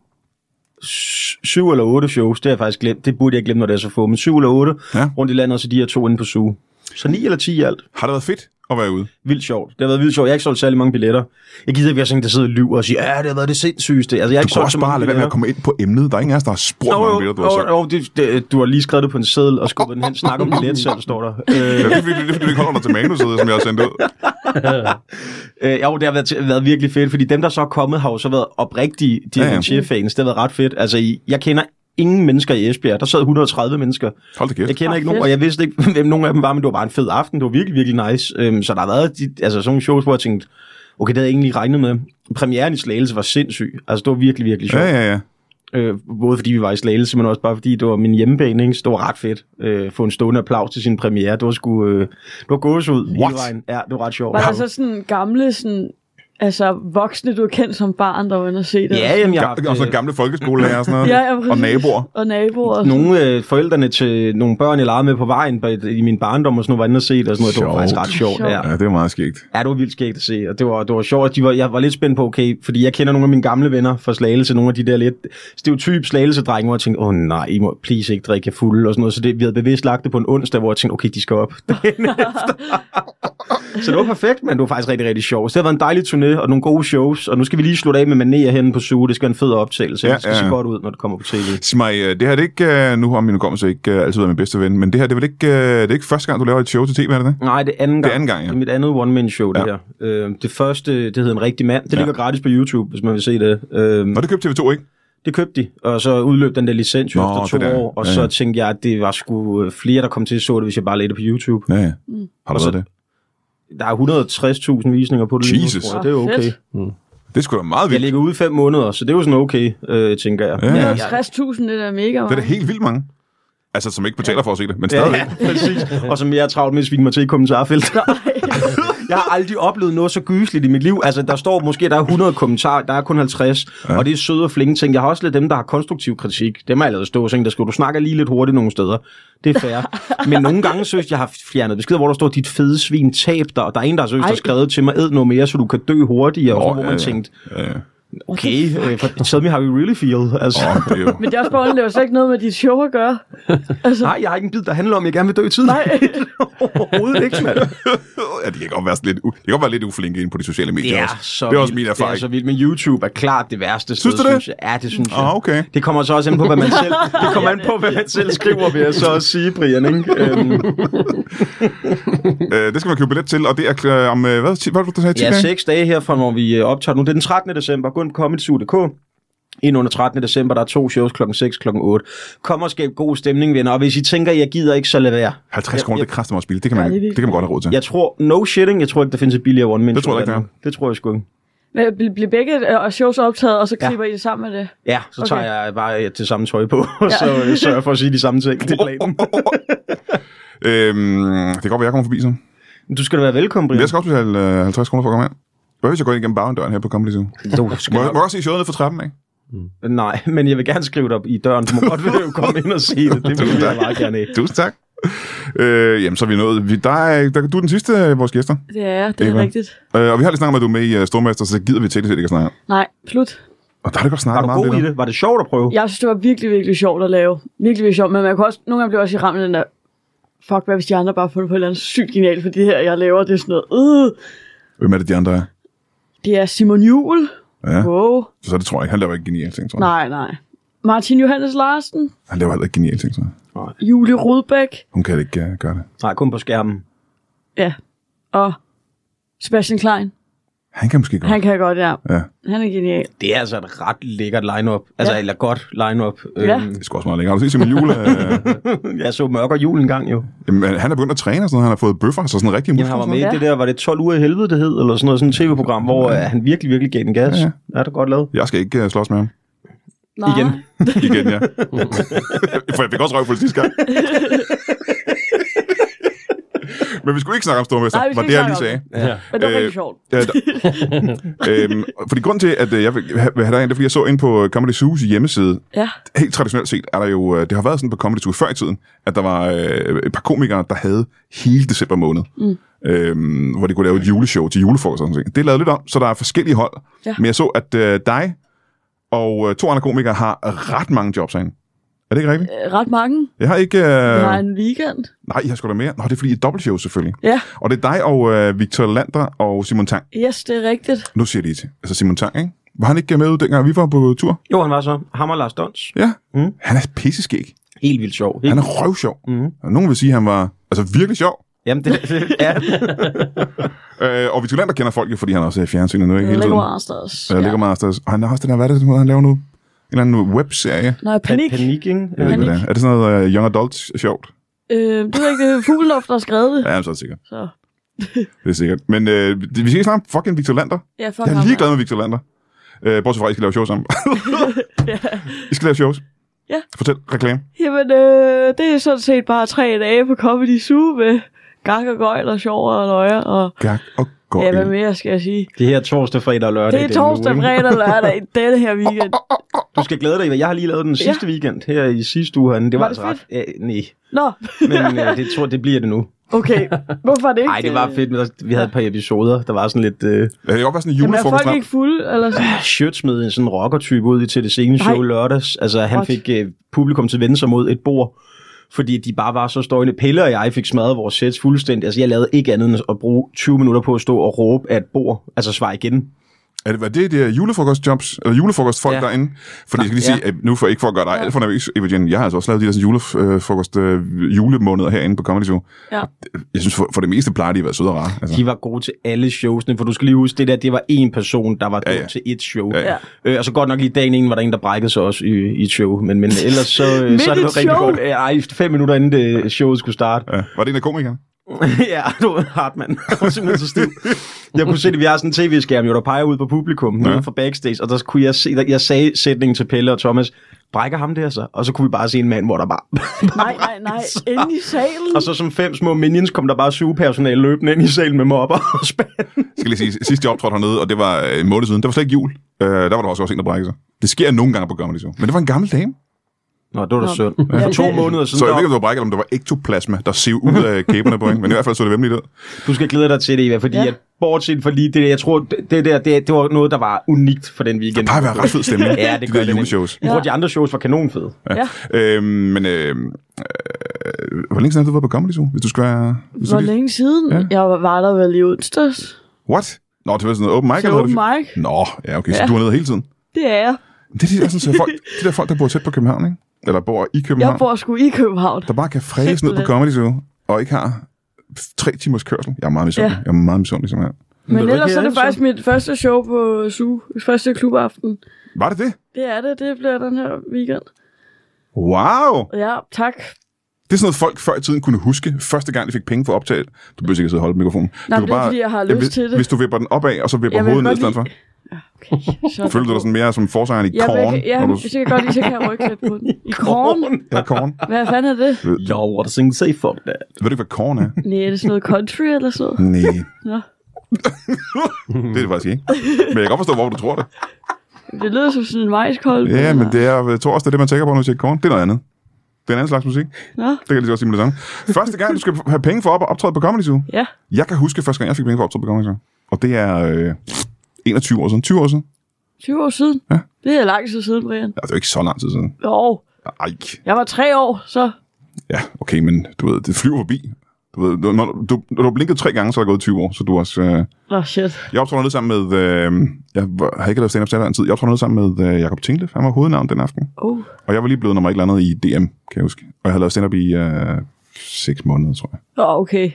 Speaker 3: s- syv eller otte shows, det har jeg faktisk glemt. Det burde jeg glemme, når det er så få, men syv eller otte
Speaker 1: Ja.
Speaker 3: ja. rundt i landet, og så de her to inde på suge. Så ni eller ti i alt.
Speaker 1: Har det været fedt at være ude?
Speaker 3: Vildt sjovt. Det har været vildt sjovt. Jeg har ikke solgt særlig mange billetter. Jeg gider ikke være sådan, en, der sidder og lyver og siger, ja, det har været det sindssygeste. Altså, jeg har
Speaker 1: Du kan
Speaker 3: ikke solgt
Speaker 1: også
Speaker 3: så
Speaker 1: bare
Speaker 3: mange
Speaker 1: lade være med at
Speaker 3: billetter.
Speaker 1: komme ind på emnet. Der er ingen af os, der har spurgt, hvor mange billeder du har sagt.
Speaker 3: jo, jo, det, det, du har lige skrevet det på en seddel og skubbet den hen. Snak om billet selv, står der.
Speaker 1: Ja,
Speaker 3: Øh,
Speaker 1: det er fordi, det er fordi, du ikke holder dig til manuset, som jeg har sendt ud.
Speaker 3: Øh, jo, det har været, været virkelig fedt, fordi dem, der så er kommet, har jo så været oprigtige
Speaker 1: Ja, ja.
Speaker 3: de ja, fans Det har været ret fedt. Altså, I- jeg kender ingen mennesker i Esbjerg. Der sad 130 mennesker.
Speaker 1: Hold da kæft.
Speaker 3: Jeg kender
Speaker 2: Ah,
Speaker 3: ikke nogen,
Speaker 2: fedt.
Speaker 3: og jeg vidste ikke, hvem nogen af dem var, men det var bare en fed aften. Det var virkelig, virkelig nice. Øhm, så der har været de, altså, sådan nogle shows, hvor jeg tænkte, okay, det havde jeg egentlig regnet med. Premieren i Slagelse var sindssyg. Altså, det var virkelig, virkelig sjovt.
Speaker 1: Ja,
Speaker 3: Ja,
Speaker 1: ja, ja.
Speaker 3: ja. Øh, både fordi vi var i Slagelse, men også bare fordi det var min hjemmebane, ikke? Så det var ret fedt. Øh, få en stående applaus til sin premiere. Det var sgu... Øh, det var gås ud hele
Speaker 1: What?
Speaker 3: vejen. Ja, det var ret sjovt.
Speaker 2: var der så sådan gamle, sådan, altså voksne, du har kendt som barn, der var inde og se det.
Speaker 3: Ja, jamen, jeg har
Speaker 1: Ga-
Speaker 3: haft,
Speaker 1: og så
Speaker 3: øh,
Speaker 1: gamle folkeskolelærer og sådan noget.
Speaker 2: Ja, ja, præcis.
Speaker 1: og naboer.
Speaker 2: Og naboer. og sådan.
Speaker 3: nogle øh, forældrene til nogle børn, jeg legede med på vejen på- i min barndom, og sådan noget, var inde og se det, og sådan noget. Det var
Speaker 1: Sjovt.
Speaker 3: faktisk ret sjovt.
Speaker 2: Sjovt.
Speaker 3: Ja.
Speaker 1: Ja, det er meget skægt.
Speaker 3: ja, det var vildt skægt at se, og det var, det var sjovt. De var, jeg var lidt spændt på, okay, fordi jeg kender nogle af mine gamle venner fra Slagelse, nogle af de der lidt stereotyp Slagelse-drenge, hvor jeg tænkte, åh oh, nej, I må please ikke drikke jer fulde, og sådan noget. Så det, vi havde bevidst lagt det på en onsdag, hvor jeg tænkte, okay, de skal op dagen efter. så det var perfekt, men det var faktisk rigtig, rigtig sjovt. Så det har været en dejlig turné, og nogle gode shows, og nu skal vi lige slutte af med Mané henne på Suge. Det skal være en fed optagelse.
Speaker 1: Ja,
Speaker 3: Ja, det skal
Speaker 1: ja.
Speaker 3: se godt ud, når det kommer på tv.
Speaker 1: Sig mig, øh, det her det er ikke, øh, nu har min hukommelse ikke øh, altid været min bedste ven, men det her det er vel ikke, øh, det er ikke første gang, du laver et show til tv, er det det?
Speaker 3: Nej, det er anden gang.
Speaker 1: Det er anden gang, ja.
Speaker 3: Det er mit andet one-man-show, det
Speaker 1: Ja.
Speaker 3: ja. der. Øh, det første, det hedder En Rigtig Mand. Det
Speaker 1: Ja.
Speaker 3: ja. ligger gratis på YouTube, hvis man vil se det. Øh,
Speaker 1: Nå, det købte TV2, ikke?
Speaker 3: det købte de, og så udløb den der licens jo
Speaker 1: Nå,
Speaker 3: efter
Speaker 1: det
Speaker 3: to
Speaker 1: der.
Speaker 3: år. Og
Speaker 1: Ja,
Speaker 3: så
Speaker 1: ja.
Speaker 3: tænkte jeg, at det var sgu øh, flere, der kom til at så det, hvis jeg bare lagde det på
Speaker 1: Ja,
Speaker 3: YouTube.
Speaker 1: Altså- ja. Har du
Speaker 3: Og så-
Speaker 1: været det?
Speaker 3: Der er 160.000 visninger på det lige nu,
Speaker 1: Jesus.
Speaker 3: tror jeg. Det er okay.
Speaker 2: Fedt.
Speaker 1: Det er sgu da meget
Speaker 3: Jeg
Speaker 1: vildt.
Speaker 3: ligger ude i fem måneder, så det er jo sådan okay, øh, tænker jeg.
Speaker 1: Ja, ja.
Speaker 2: Ja, 60.000, det der mega
Speaker 1: Det er da
Speaker 2: meget.
Speaker 1: helt vildt mange. Altså, som ikke betaler for at se det, men
Speaker 3: Ja,
Speaker 1: stadigvæk.
Speaker 3: ja, præcis. Og som jeg er travlt med at svine mig til i kommentarfeltet. jeg har aldrig oplevet noget så gysligt i mit liv. Altså, der står måske, der er 100 kommentarer, der er kun 50, ja. og det er søde og flinke ting. Jeg har også lidt dem, der har konstruktiv kritik. Dem har jeg lavet stå, så der skal du snakker lige lidt hurtigt nogle steder. Det er fair. Men nogle gange synes jeg, jeg har fjernet beskeder, hvor der står, dit fede svin tab dig, og der er en, der har synes, der
Speaker 2: Ej.
Speaker 3: har skrevet til mig, ed noget mere, så du kan dø hurtigere, og sådan, hvor man tænkte,
Speaker 1: Ja, ja.
Speaker 3: okay, øh, for tell me how you really feel. Altså.
Speaker 1: Åh, det er jo...
Speaker 2: Men det er også bare, underligt, det har slet ikke noget med dit show at gøre. Altså,
Speaker 3: Nej, jeg har ikke en bid, der handler om, at jeg gerne vil dø i tiden.
Speaker 2: Nej.
Speaker 3: Overhovedet ikke, mand.
Speaker 1: ja, de kan godt være, sådan lidt, u- de kan godt være lidt uflinke inde på de sociale medier
Speaker 3: Det er,
Speaker 1: også.
Speaker 3: så
Speaker 1: det er også
Speaker 3: vildt.
Speaker 1: min erfaring.
Speaker 3: Det er så vildt, men YouTube er klart det værste
Speaker 1: Synes
Speaker 3: sted,
Speaker 1: du det?
Speaker 3: Synes jeg. Ja, det synes jeg.
Speaker 1: Ah, okay.
Speaker 3: Det kommer så også an på, hvad man selv, det kommer an på, hvad man selv skriver, vil jeg så også sige, Brian. Ikke? Øhm,
Speaker 1: Øh, det skal man købe billet til, og det er øh, om, øh, hvad, ti- hvad var det, du sagde, 10
Speaker 3: ja,
Speaker 1: dage?
Speaker 3: seks dage herfra, hvor vi øh, optager nu. Det er den 13. december. Gå ind på comedyzoo.dk. Ind under 13. december, der er to shows klokken 6 klokken 8. Kom og skab god stemning, venner. Og hvis I tænker, jeg gider ikke, så lad være.
Speaker 1: 50
Speaker 3: Jeg-
Speaker 1: kroner, det kræfter mig at spille. Det kan man,
Speaker 2: Ja, det er
Speaker 1: det kan man godt have råd til.
Speaker 3: Jeg tror, no shitting, jeg tror ikke, der findes et billigere one man
Speaker 1: Det tror jeg ikke, der er.
Speaker 3: Det tror jeg sgu ikke.
Speaker 2: Men bl- Bliver begge øh, shows optaget, og så
Speaker 3: Ja.
Speaker 2: klipper ja. I det sammen med det?
Speaker 3: Ja, så
Speaker 2: Okay.
Speaker 3: okay. tager jeg bare øh, det samme tøj på, og så øh, sørger jeg for at sige de samme ting. Det er planen.
Speaker 1: Øhm, det kan godt være, jeg kommer forbi så.
Speaker 3: Du skal da være velkommen,
Speaker 1: Men
Speaker 3: Brian.
Speaker 1: jeg skal også betale øh, 50 kroner for at komme ind. Hvad hvis jeg går ind igennem bagdøren her på Comedy Zoo?
Speaker 3: Du skal
Speaker 1: Må, jeg- må jeg også se showet ned fra trappen, ikke?
Speaker 3: Nej, men jeg vil gerne skrive det op i døren. Du må godt vil jo komme ind og se det. Det vil jeg meget gerne af.
Speaker 1: Tusind tak. Øh, jamen, så er vi nået. Vi, der er, der, du er den sidste af vores gæster.
Speaker 2: Det er jeg, det er
Speaker 1: Eva.
Speaker 2: rigtigt.
Speaker 1: Øh, og vi har lige snakket om, at du er med i uh, Stormester, så gider vi til det, ikke at snakke om.
Speaker 2: Nej, slut.
Speaker 1: Og der har du godt
Speaker 3: Var
Speaker 1: snakket
Speaker 3: du
Speaker 1: meget om
Speaker 3: god i
Speaker 1: det.
Speaker 3: det? Var det sjovt at prøve?
Speaker 2: Jeg synes, det var virkelig, virkelig sjovt at lave. Virkelig, virkelig sjovt, men man kunne også, nogle gange blev jeg også i ramt af den der, fuck, hvad hvis de andre bare har fundet på et eller andet sygt genialt, for det her, jeg laver, det er sådan noget,
Speaker 1: der.
Speaker 2: øh.
Speaker 1: Hvem er det, de andre er?
Speaker 2: Det er Simon Juhl.
Speaker 1: Ja,
Speaker 2: Wow.
Speaker 1: så det tror jeg ikke. Han laver ikke geniale ting, tror jeg.
Speaker 2: Nej, nej. Martin Johannes Larsen,
Speaker 1: Han laver heller ikke geniale ting, tror jeg.
Speaker 2: Julie Rudbæk
Speaker 1: Hun kan ikke uh, gøre det.
Speaker 3: Nej, kun på skærmen.
Speaker 2: og Sebastian Klein.
Speaker 1: Han kan måske godt.
Speaker 2: Han kan godt, ja.
Speaker 1: Ja,
Speaker 2: Han er genial.
Speaker 3: Det er altså et ret lækkert lineup. Altså,
Speaker 2: Ja.
Speaker 3: ja. eller godt lineup.
Speaker 2: Ja.
Speaker 3: Øhm,
Speaker 1: det er sgu også meget lækkert. Har du set Simon Jule? Øh,
Speaker 3: jeg så mørk og jul en gang jo.
Speaker 1: jamen, han er begyndt at træne og sådan noget. Han har fået bøffer, så sådan rigtig
Speaker 3: Jamen, han var med i
Speaker 2: Ja.
Speaker 3: det der, var det 12 uger i helvede, det hed, eller sådan noget, sådan et tv-program, hvor øh, han virkelig, virkelig gav den gas.
Speaker 1: Ja,
Speaker 3: Ja,
Speaker 1: ja.
Speaker 3: ja. Er det godt lavet?
Speaker 1: Jeg skal ikke uh, slås med ham.
Speaker 2: Nej.
Speaker 3: Igen.
Speaker 1: Igen, ja. For jeg fik også røvfuld sidste gang. Men vi skulle ikke snakke om Stormester,
Speaker 2: Nej, vi skal
Speaker 1: var det,
Speaker 2: ikke
Speaker 1: jeg lige
Speaker 2: snakke
Speaker 1: sagde.
Speaker 2: om
Speaker 4: Ja.
Speaker 2: Men det var
Speaker 1: Øh,
Speaker 2: rigtig sjovt.
Speaker 1: Ja, der, øhm, fordi grund til, at øh, jeg vil ha- vil have dig ind, det er, fordi jeg så ind på øh, Comedy Zoo's hjemmeside.
Speaker 2: Ja.
Speaker 1: Helt traditionelt set er der jo, øh, det har været sådan på Comedy Zoo før i tiden, at der var øh, et par komikere, der havde hele december måned, mm. øhm, hvor de kunne lave et juleshow til julefrokost og sådan noget. Det er lavet lidt om, så der er forskellige hold.
Speaker 2: Ja.
Speaker 1: Men jeg så, at øh, dig og øh, to andre komikere har ret mange jobs herinde. Er det ikke rigtigt?
Speaker 2: Øh, Ret mange.
Speaker 1: Jeg har ikke... Øh,
Speaker 2: Vi har en weekend.
Speaker 1: Nej, jeg har sgu da mere. Nå, det er fordi, I er dobbeltshow selvfølgelig.
Speaker 2: Ja.
Speaker 1: Og det er dig og øh, Victor Lander og Simon Tang.
Speaker 2: Yes, det er rigtigt.
Speaker 1: Nu siger de til. Altså Simon Tang, ikke? Var han ikke med, dengang vi var på tur?
Speaker 3: Jo, han var så. Ham og Lars Dons.
Speaker 1: Ja.
Speaker 3: Mm.
Speaker 1: Han er pisseskæg.
Speaker 3: Helt vildt sjov.
Speaker 1: Han
Speaker 3: Helt...
Speaker 1: er røvsjov.
Speaker 3: Mhm.
Speaker 1: Og nogen vil sige, at han var altså, virkelig sjov.
Speaker 3: Jamen, det, det er det.
Speaker 1: Øh, og Victor Lander kender folk jo, fordi han også er i fjernsynet nu, ikke? Hele tiden.
Speaker 2: Lego Masters.
Speaker 1: Ja, ligger meget afsted. Og han har også den der, hvad er det, han laver nu? En eller anden webserie.
Speaker 2: Nej, panik.
Speaker 3: Panik, ikke?
Speaker 1: Jeg ved ikke, hvad det er. Er det sådan noget uh, young adult sjovt?
Speaker 2: Øh, du ved ikke, det er Fugleluft, der har skrevet det.
Speaker 1: Ja, så er det sikkert.
Speaker 2: Så.
Speaker 1: Det er sikkert. Men øh, vi skal ikke snakke om fucking Victor Lander.
Speaker 2: Ja, fuck
Speaker 1: Jeg er
Speaker 2: ham,
Speaker 1: ligeglad med Victor Lander. Øh, bortset fra, at I skal lave shows sammen. I skal lave shows.
Speaker 2: Ja.
Speaker 1: Fortæl reklame.
Speaker 2: Jamen, øh, det er sådan set bare tre dage på Comedy Zoo med gak og gøjl og sjov og løjer. Og,
Speaker 1: Gak og
Speaker 2: ja,
Speaker 1: gøjl.
Speaker 2: hvad mere skal jeg sige?
Speaker 3: Det her er torsdag, fredag og lørdag.
Speaker 2: Det er
Speaker 3: i denne
Speaker 2: torsdag,
Speaker 3: uge, ikke?
Speaker 2: fredag og lørdag i denne her weekend.
Speaker 3: Du skal glæde dig, Eva. Jeg har lige lavet den sidste weekend her i sidste uge. herinde. Det var,
Speaker 2: Var
Speaker 3: altså
Speaker 2: det
Speaker 3: ret... Ja, nej,
Speaker 2: Nå,
Speaker 3: men øh, det tror det bliver det nu.
Speaker 2: okay. Hvorfor er det ikke?
Speaker 3: Nej, det var fedt. men der- Vi havde et par episoder, der var sådan lidt... Øh,
Speaker 1: Det kan godt være sådan en
Speaker 2: Jamen, er
Speaker 1: julefrokost.
Speaker 2: folk ikke fulde? Eller sådan?
Speaker 3: Shirt smed en sådan rocker-type ud til det seneste show
Speaker 2: Nej.
Speaker 3: lørdags. Altså, han
Speaker 2: What?
Speaker 3: fik øh, publikum til at vende sig mod et bord, fordi de bare var så støjende. Pelle og jeg fik smadret vores sets fuldstændig. Altså, jeg lavede ikke andet end at bruge 20 minutter på at stå og råbe af et bord. Altså, svar igen.
Speaker 1: Er det, var det det er julefrokostjobs, eller julefrokostfolk ja.
Speaker 3: Ja.
Speaker 1: derinde? Fordi jeg skal lige
Speaker 3: ja.
Speaker 1: sige, at nu for ikke for at gøre dig alt for nervøs, Eva jeg har altså også lavet de der sådan julefrokost øh, julemåneder herinde på Comedy Show.
Speaker 2: Ja.
Speaker 1: Jeg synes, for, for det meste plejer de at være søde og rare. Altså.
Speaker 3: De var gode til alle showsene, for du skal lige huske, det der, det var én person, der var ja,
Speaker 1: ja.
Speaker 3: ja. til et show.
Speaker 1: Ja, ja.
Speaker 2: Ja.
Speaker 3: Øh, og så godt nok lige dagen inden var der en, der brækkede sig også i, i et show. Men, men ellers så, øh,
Speaker 2: Midt
Speaker 3: så er
Speaker 2: i
Speaker 3: det
Speaker 2: et
Speaker 3: jo rigtig
Speaker 2: show?
Speaker 3: godt. Øh, Ej, fem minutter inden det showet skulle starte.
Speaker 1: Ja. Var det en af komikerne?
Speaker 3: ja, du ved, Hartmann. Jeg var simpelthen så stiv. Jeg kunne se det, vi har sådan en tv-skærm, jo, der peger ud på publikum, ja. fra backstage, og der kunne jeg se, der, jeg sagde sætningen til Pelle og Thomas, brækker ham der så? Og så kunne vi bare se en mand, hvor der bare...
Speaker 2: Nej, nej, nej. Inde i salen.
Speaker 3: og så som fem små minions kom der bare sugepersonale løbende ind i salen med mobber og spand.
Speaker 1: Jeg skal lige sige, sidst jeg optrådte hernede, og det var øh, en måned siden, der var slet ikke jul. Øh, der var der også også en, der brækkede sig. Det sker nogle gange på Comedy Show. Men det var en gammel dame.
Speaker 3: Nå, det var da synd.
Speaker 2: Ja,
Speaker 3: For to
Speaker 2: det-
Speaker 3: måneder siden,
Speaker 1: Så jeg ved
Speaker 3: der
Speaker 1: ikke, om det var brækket, eller om det var ektoplasma, der sev ud af kæberne på hende. Men i hvert fald så det vemmeligt ud.
Speaker 3: Du skal glæde dig til det, Eva, fordi
Speaker 2: Ja.
Speaker 3: ja. at, bortset fra lige det der, jeg tror, det, det der, det, det var noget, der var unikt for den weekend.
Speaker 1: Det plejer at være ret fed stemning,
Speaker 3: Ja, det
Speaker 1: de
Speaker 3: gør
Speaker 1: der
Speaker 3: det
Speaker 1: juleshows.
Speaker 3: Jeg tror, de andre shows var kanonfede.
Speaker 2: Ja.
Speaker 1: Øhm, men øh, øh, hvor længe siden har du været på Comedy Zoo? Hvis du skal være... hvis du
Speaker 2: Hvor
Speaker 1: lige-
Speaker 2: længe siden?
Speaker 1: Ja.
Speaker 2: Jeg var der vel i onsdags.
Speaker 1: What? Nå, det var sådan noget open mic?
Speaker 2: Til
Speaker 1: eller hvad
Speaker 2: open
Speaker 1: det-
Speaker 2: mic.
Speaker 1: Nå, ja, okay, så
Speaker 2: Ja.
Speaker 1: du er nede hele tiden.
Speaker 2: Det er jeg.
Speaker 1: Men Det er de der, sådan, så folk, de der folk, der bor tæt på København, ikke? Eller bor i
Speaker 2: Jeg
Speaker 1: København, bor...
Speaker 2: bor sgu i København.
Speaker 1: der bare kan fræses ned på
Speaker 2: Simpelthen.
Speaker 1: Comedy Zoo, og ikke har tre timers kørsel. Jeg er meget misundelig. Ja.
Speaker 2: Ja.
Speaker 1: Jeg er meget misundelig, simpelthen.
Speaker 2: Men
Speaker 3: Vil du
Speaker 2: ellers
Speaker 3: ikke
Speaker 2: er det
Speaker 3: have
Speaker 2: faktisk mit første show på Zoo. Første klubaften.
Speaker 1: Var det det?
Speaker 2: Det er det. Det bliver den her weekend.
Speaker 1: Wow!
Speaker 2: Ja, tak.
Speaker 1: Det er sådan noget, folk før i tiden kunne huske, første gang de fik penge for optaget. Du behøver ikke sidde og holde mikrofonen.
Speaker 2: men
Speaker 1: du
Speaker 2: det
Speaker 1: kan
Speaker 2: er, fordi jeg har
Speaker 1: Ja,
Speaker 2: lyst
Speaker 1: hvis,
Speaker 2: til det.
Speaker 1: Hvis du vipper den opad, og så vipper
Speaker 2: Jeg vil
Speaker 1: hovedet ned i
Speaker 2: godt
Speaker 1: stedet for.
Speaker 2: lide- Okay, så
Speaker 1: Føler du dig sådan mere som forsejeren i
Speaker 2: jeg,
Speaker 1: korn?
Speaker 2: jeg,
Speaker 1: når
Speaker 2: jeg,
Speaker 1: du...
Speaker 2: hvis jeg kan godt lide, så kan jeg rykke lidt på den. I korn?
Speaker 1: Ja, korn.
Speaker 2: Hvad fanden er det?
Speaker 3: Yo, what a thing, say fuck that.
Speaker 1: Ved du ikke, hvad korn er?
Speaker 2: Nej, er det sådan noget country eller sådan noget?
Speaker 1: Nej.
Speaker 2: Nå.
Speaker 1: det er det faktisk ikke. Men jeg kan godt forstå, hvorfor du tror det.
Speaker 2: Det lyder som sådan en majskolbe.
Speaker 1: Ja, men det er, jeg tror også, det er det, man tænker på, når man siger korn. Det er noget andet. Det er en anden slags musik.
Speaker 2: Nå,
Speaker 1: Det kan jeg lige så godt sige med det samme. Første gang, du skal have penge for op at optræde på Comedy Zoo.
Speaker 2: ja.
Speaker 1: Jeg kan huske første gang, jeg fik penge for at optræde på Comedy Zoo. Og det er øh, 21 år siden. 20 år siden.
Speaker 2: 20 år siden.
Speaker 1: Ja.
Speaker 2: Det er lang tid siden, Brian.
Speaker 1: Ja, det er jo ikke så lang tid siden.
Speaker 2: Jo,
Speaker 1: Ej.
Speaker 2: jeg var tre år, så...
Speaker 1: Ja, okay, men du ved, det flyver forbi. Du ved, du- når du, du, når du blinkede tre gange, så er der gået 20 år, så du er også... Øh,
Speaker 2: Nå, shit.
Speaker 1: jeg optrådte noget sammen med... Øh, jeg var- har ikke lavet stand-up stand en tid. Jeg optrådte noget sammen med øh, Jakob Tinglev. Han var hovednavn den aften.
Speaker 2: Oh.
Speaker 1: Og jeg var lige blevet nummer et eller andet i DM, kan jeg huske. Og jeg havde lavet stand-up i øh, 6 måneder, tror jeg.
Speaker 2: Nå, okay.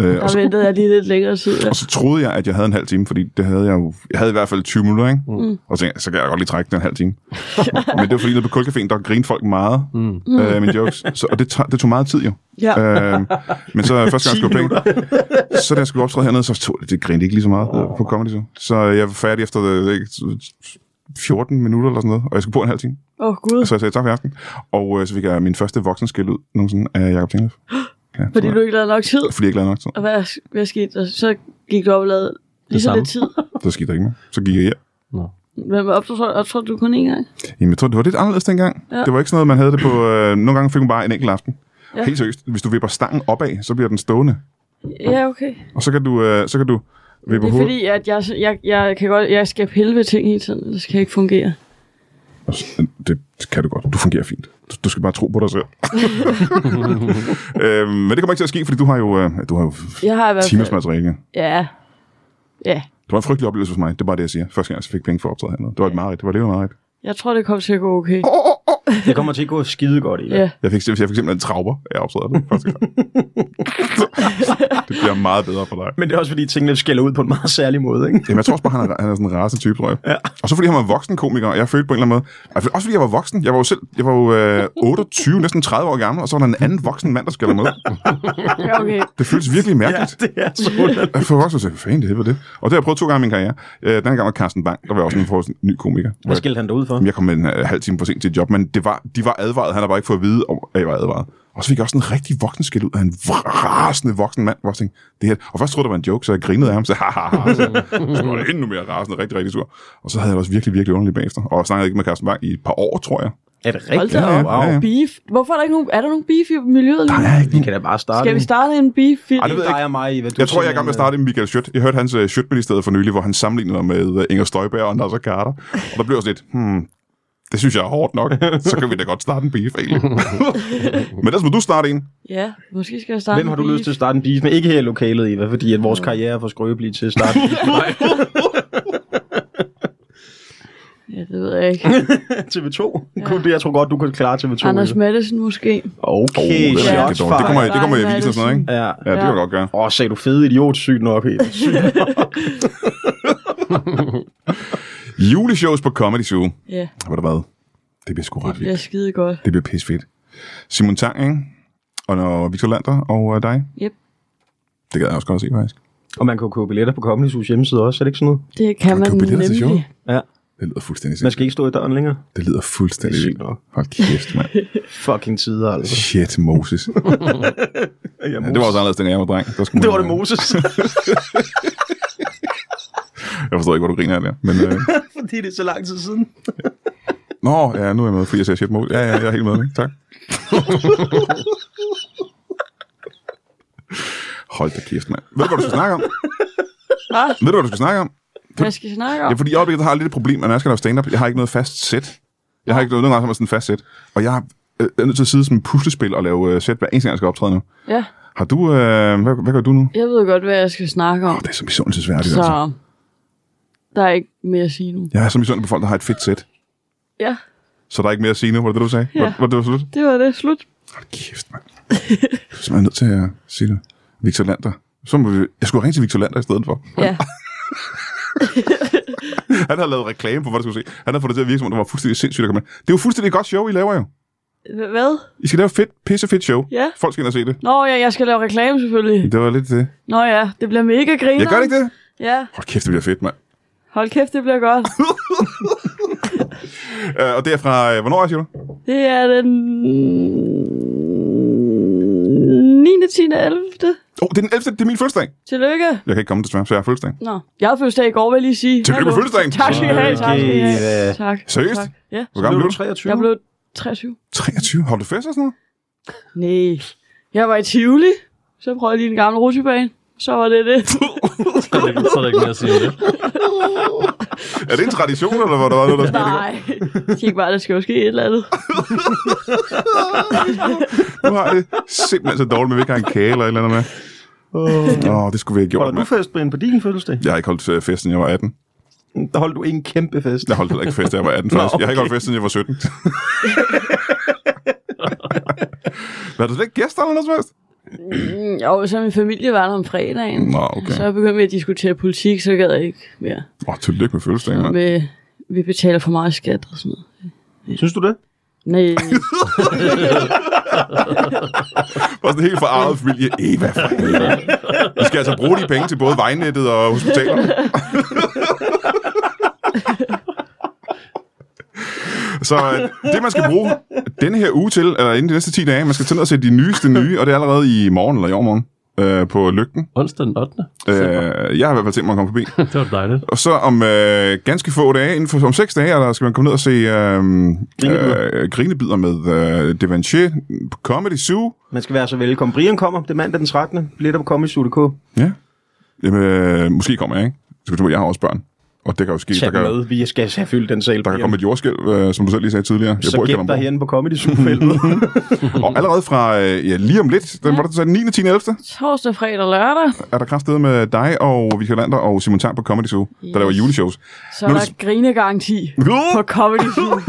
Speaker 1: Øh, og,
Speaker 2: Der
Speaker 1: så,
Speaker 2: ventede jeg lige lidt længere tid. Ja.
Speaker 1: og så troede jeg, at jeg havde en halv time, fordi det havde jeg jo... Jeg havde i hvert fald 20 minutter, ikke? Mm. Og så tænkte jeg, så kan jeg godt lige trække den en halv time. men det var fordi, nede på Kulcaféen, der grinede folk meget mm. øh, mine jokes. Så, og det, tager- det tog meget tid, jo.
Speaker 2: ja.
Speaker 1: øh, men så første gang, jeg
Speaker 3: 10
Speaker 1: skulle have penge, så da jeg skulle optræde hernede, så tog det, det grinte ikke lige så meget oh. på Comedy Zoo. Så jeg var færdig efter øh, ikke, 14 minutter eller sådan noget, og jeg skulle på en halv time.
Speaker 2: Åh, oh, gud.
Speaker 1: Øh, Så jeg sagde tak for i aften, og øh, så fik jeg min første voksenskæld ud nogensinde af Jacob Tinglev. Ja,
Speaker 2: Fordi
Speaker 1: så-
Speaker 2: du ikke lavede nok tid.
Speaker 1: fordi jeg ikke lavede nok tid.
Speaker 2: Og hvad, hvad skete der? Så gik du op og lavede lige så
Speaker 4: samme.
Speaker 2: lidt tid.
Speaker 1: Så skete der ikke mere. Så gik jeg hjem.
Speaker 2: Hvem optrådte optrådte du kun én gang?
Speaker 1: Jamen, jeg tror, det var lidt anderledes dengang. Ja.
Speaker 2: Ja.
Speaker 1: Det var ikke sådan noget, man havde det på... Øh, nogle gange fik man bare en enkelt aften. Ja.
Speaker 2: Ja.
Speaker 1: Helt seriøst, hvis du vipper stangen opad, så bliver den stående.
Speaker 2: Ja, okay.
Speaker 1: Og så kan du, øh, så kan du vippe
Speaker 2: Det er
Speaker 1: hovedet.
Speaker 2: fordi, at jeg, jeg, jeg, kan godt, jeg skal pille ved ting hele tiden, ellers kan jeg ikke fungere.
Speaker 1: Det, det kan du godt. Du fungerer fint. Du, du skal bare tro på dig selv. øhm, men det kommer ikke til at ske, fordi du har jo, øh, du har jo
Speaker 2: Jeg har i hvert
Speaker 1: timers
Speaker 2: fald...
Speaker 1: materiale.
Speaker 2: Ja. Ja.
Speaker 1: Det var en frygtelig oplevelse for mig. Det er bare det, jeg siger. Første gang, jeg fik penge for at optræde hernede. Det var et mareridt. Det var levet mareridt.
Speaker 2: Jeg tror, det kommer til at gå okay.
Speaker 3: Det kommer til at gå skide godt i det.
Speaker 2: Ja.
Speaker 1: Jeg fik, sim- jeg fik simpelthen traumer, af jeg optræder det første gang. det bliver meget bedre for dig.
Speaker 3: Men det er også fordi, tingene skælder ud på en meget særlig måde, ikke?
Speaker 1: Jamen, jeg tror også bare, han er, han er sådan en rasende type, tror jeg.
Speaker 3: Ja.
Speaker 1: Og så fordi han var en voksen komiker, og jeg følte på en eller anden måde... Altså, også fordi jeg var voksen. Jeg var jo selv jeg var jo, øh, 28, næsten 30 år gammel, og så var der en anden voksen mand, der skælder med.
Speaker 2: Ja, okay.
Speaker 1: Det føltes virkelig
Speaker 3: Ja,
Speaker 1: mærkeligt.
Speaker 3: det er så underligt.
Speaker 1: Jeg får også sige, fanden det helvede det. Og det har jeg prøvet to gange i min karriere. Øh, den gang var Carsten Bang, der var også en forholdsvis ny komiker. Hvor
Speaker 3: Hvad
Speaker 1: jeg,
Speaker 3: skældte han derud for?
Speaker 1: jeg kom en øh, halv time for sent til et job, men det var, de var advaret. Han har bare ikke fået at vide, om at jeg var advaret. Og så fik jeg også en rigtig voksen skæld ud af en vr- rasende voksen mand. Hvor jeg tænkte, det her. Og først troede, det var en joke, så jeg grinede af ham. Så, haha, så, så var det endnu mere rasende, rigtig, rigtig sur. Og så havde jeg det også virkelig, virkelig underligt bagefter. Og jeg snakkede ikke med Carsten Bang i et par år, tror jeg.
Speaker 3: Er det
Speaker 2: Hold
Speaker 3: rigtigt?
Speaker 2: da
Speaker 1: ja,
Speaker 2: op.
Speaker 1: ja, ja.
Speaker 2: Beef. Hvorfor er der ikke nogen, er der nogen beef i miljøet? nu?
Speaker 1: Nej, ikke
Speaker 3: Vi kan da bare starte.
Speaker 2: Skal vi starte en beef?
Speaker 1: Ej, det ved jeg
Speaker 3: dig og mig, hvad du
Speaker 1: Jeg tror, jeg er i gang med at
Speaker 3: simpelthen-
Speaker 1: starte med Michael Schødt. Jeg hørte hans uh, schødt stedet for nylig, hvor han sammenlignede mig med uh, Inger Støjberg og Nasser Carter. Og der blev jeg sådan lidt, hmm, det synes jeg er hårdt nok. Så kan vi da godt starte en beef, egentlig. Men ellers må du starte en.
Speaker 2: Ja, måske skal jeg starte
Speaker 3: Hvem har
Speaker 2: en
Speaker 3: du
Speaker 2: beef.
Speaker 3: lyst til at starte en beef med? Ikke her i lokalet, Eva, fordi at vores karriere er for skrøbelig til at starte.
Speaker 2: Ja, det ved jeg ikke.
Speaker 3: TV2? Ja. Kun det, jeg tror godt, du kan klare TV2.
Speaker 2: Anders
Speaker 3: Eva.
Speaker 2: Mattesen måske.
Speaker 3: Okay,
Speaker 1: Åh, den er
Speaker 3: shots
Speaker 1: virkelig dårlig. det kommer,
Speaker 3: fired.
Speaker 1: det kommer i
Speaker 2: Nej,
Speaker 1: avisen og sådan noget, ikke?
Speaker 3: Ja.
Speaker 1: Ja, det kan jeg godt gøre.
Speaker 3: Åh, sagde du fede idiot, sygt nok, Eva. Sygt nok.
Speaker 1: Juleshows på Comedy Zoo.
Speaker 2: Ja,
Speaker 1: Ved du hvad? Det bliver sgu ret
Speaker 2: det er
Speaker 1: vildt.
Speaker 2: skide godt.
Speaker 1: Det bliver pissefedt. Simon Tang, ikke? Og når Victor Lander og uh, dig.
Speaker 2: Yep.
Speaker 1: Det gad jeg også godt at se, faktisk.
Speaker 3: Og man kan jo købe billetter på Comedy Zoo hjemmeside også, er det ikke sådan noget?
Speaker 2: Det kan man
Speaker 1: købe billetter til
Speaker 2: nemlig.
Speaker 3: Ja.
Speaker 1: Det lyder fuldstændig
Speaker 3: Man
Speaker 1: sindssygt.
Speaker 3: skal ikke stå i døren længere.
Speaker 1: Det lyder fuldstændig
Speaker 3: Det er sygt
Speaker 1: vildt.
Speaker 3: nok.
Speaker 1: Hold kæft, mand.
Speaker 3: Fucking tider, altså.
Speaker 1: Shit, Moses.
Speaker 3: Ja,
Speaker 1: Ja, det var også anderledes, dengang jeg var dreng. Der skulle
Speaker 3: det
Speaker 1: man-
Speaker 3: var det Moses,
Speaker 1: øh, Jeg forstår ikke, hvor du griner af der. Men, øh...
Speaker 3: fordi det er så lang tid siden.
Speaker 1: Nå, ja, nu er jeg med, fordi jeg ser shit Moses. Ja, ja, jeg er helt med. Ikke? Tak. Hold da kæft, mand. Ved du, hvad du skal snakke om?
Speaker 2: Hvad?
Speaker 1: Ved du, hvad du skal snakke om?
Speaker 2: Hvad skal jeg snakke om?
Speaker 1: Ja, fordi i øjeblikket har jeg lidt et problem, når jeg skal lave stand-up. Jeg har ikke noget fast sæt. Jeg har ikke noget, nogen gange, som er sådan et fast sæt. Og jeg øh, er nødt til at sidde som et puslespil og lave øh, sæt hver eneste gang, jeg skal optræde nu.
Speaker 2: Ja,
Speaker 1: Har du... Øh, hvad, hvad gør du nu?
Speaker 2: jeg ved godt, hvad jeg skal snakke om.
Speaker 1: Det er så misundelsesværdigt, så... altså.
Speaker 2: Så der er ikke mere at sige nu.
Speaker 1: Jeg er så misundelig på folk, der har et fedt sæt.
Speaker 2: Ja,
Speaker 1: Så der er ikke mere at sige nu. Var det det, du sagde?
Speaker 2: Ja.
Speaker 1: Var, var det, det var slut?
Speaker 2: det var det. Slut.
Speaker 1: Hold kæft, mand. Du er simpelthen nødt til at sige det. Victor Lander. Så må vi, jeg skulle ringe til Victor Lander i stedet for.
Speaker 2: Ja.
Speaker 1: Han har lavet reklame på, hvad du skulle se. Han har fået det til at virke, som om det var fuldstændig sindssygt at komme med. Det er jo fuldstændig et godt show, I laver jo.
Speaker 2: H- Hvad?
Speaker 1: I skal lave et fedt, pisse fedt show.
Speaker 2: Ja.
Speaker 1: Folk skal ind og se det.
Speaker 2: Nå ja, jeg skal lave reklame selvfølgelig.
Speaker 1: Det var lidt det.
Speaker 2: Nå ja, det bliver mega griner.
Speaker 1: Jeg gør det ikke det?
Speaker 2: Ja,
Speaker 1: Hold kæft, det bliver fedt, mand.
Speaker 2: hold kæft, det bliver godt.
Speaker 1: Øh, og det er fra, øh, hvornår er det, siger du?
Speaker 2: Det er den 9. 10. 11.
Speaker 1: Åh, oh, det er den 11. Det er min fødselsdag.
Speaker 2: Tillykke.
Speaker 1: Jeg kan ikke komme, desværre, så jeg har fødselsdag.
Speaker 2: Nå, jeg havde fødselsdag i går, vil jeg lige sige.
Speaker 1: Tillykke med
Speaker 2: Hallo.
Speaker 1: fødselsdagen.
Speaker 2: Tak skal I have, tak skal I have.
Speaker 3: Okay,
Speaker 2: Tak.
Speaker 1: Seriøst?
Speaker 2: Tak. Ja,
Speaker 1: Hvor gammel blev du?
Speaker 3: 23.
Speaker 2: jeg blev 23.
Speaker 1: 23. Holdt du fest og sådan noget?
Speaker 2: Nej, jeg var i Tivoli. Så prøvede jeg lige en gammel rutsjebane. Så var det det.
Speaker 4: Så er der ikke- så er der ikke mere at sige om det.
Speaker 1: Er det en tradition, eller var der var noget, der skete? i går?
Speaker 2: Nej, jeg tænkte bare, der skal jo ske et eller andet.
Speaker 1: Nu har jeg det simpelthen så dårligt med, at vi ikke har en kage eller et eller andet med. Åh, oh, det skulle vi have gjort,
Speaker 3: Holder du
Speaker 1: mand.
Speaker 3: fest, Brian, på din fødselsdag?
Speaker 1: Jeg har ikke holdt øh, fest, siden jeg var 18.
Speaker 3: Der holdt du en kæmpe fest.
Speaker 1: Jeg holdt heller ikke fest, da jeg var 18
Speaker 3: Nå,
Speaker 1: faktisk. Jeg har ikke
Speaker 3: okay.
Speaker 1: holdt fest, siden jeg var 17. var du slet ikke gæster eller noget som helst?
Speaker 2: Mm, Jo, så min familie var der om fredagen.
Speaker 1: Nå, okay.
Speaker 2: Så begyndte vi at diskutere politik, så gad jeg ikke mere.
Speaker 1: Åh, oh, tillykke med fødselsdagen, mand.
Speaker 2: Med, vi betaler for meget skat og sådan noget.
Speaker 3: Synes du det?
Speaker 2: Nej,
Speaker 1: Og sådan en helt forarvet familie. Eva, for helvede. Vi skal altså bruge de penge til både vejnettet og hospitalerne. Så øh, det, man skal bruge denne her uge til, eller inden de næste 10 dage, man skal tage ned og se de nyeste nye, og det er allerede i morgen eller i overmorgen øh, på Lygten.
Speaker 4: Onsdag den 8.
Speaker 1: Øh, jeg har i hvert fald tænkt mig at komme forbi.
Speaker 4: Det var dejligt.
Speaker 1: Og så om øh, ganske få dage, inden for, om seks dage, der skal man komme ned og se øh, øh, grinebider med øh, Devanché på Comedy Zoo.
Speaker 3: Man skal være så velkommen. Brian kommer, det er mandag den 13. Billetter på Comedy Studio K.
Speaker 1: Ja. Jamen, øh, måske kommer jeg, ikke? Så kan du, jeg har også børn. Og det kan jo ske.
Speaker 3: Tag
Speaker 1: Der
Speaker 3: dem
Speaker 1: kan,
Speaker 3: med. Vi skal have fyldt den sal.
Speaker 1: der kan komme et jordskælv, øh, som du selv lige sagde tidligere. Jeg
Speaker 3: så
Speaker 1: bor i
Speaker 3: gæt dig
Speaker 1: Kalundborg.
Speaker 3: herinde på Comedy Studio
Speaker 1: Og allerede fra, øh, ja, lige om lidt, den var der så den 9. 10. 11.
Speaker 2: torsdag, fredag, lørdag.
Speaker 1: er der kraftedet med dig og Victor Lander og Simon Tang på Comedy Zoo, yes. der laver juleshows.
Speaker 2: Så er
Speaker 1: Nu-
Speaker 2: der grinegaranti på Comedy Zoo.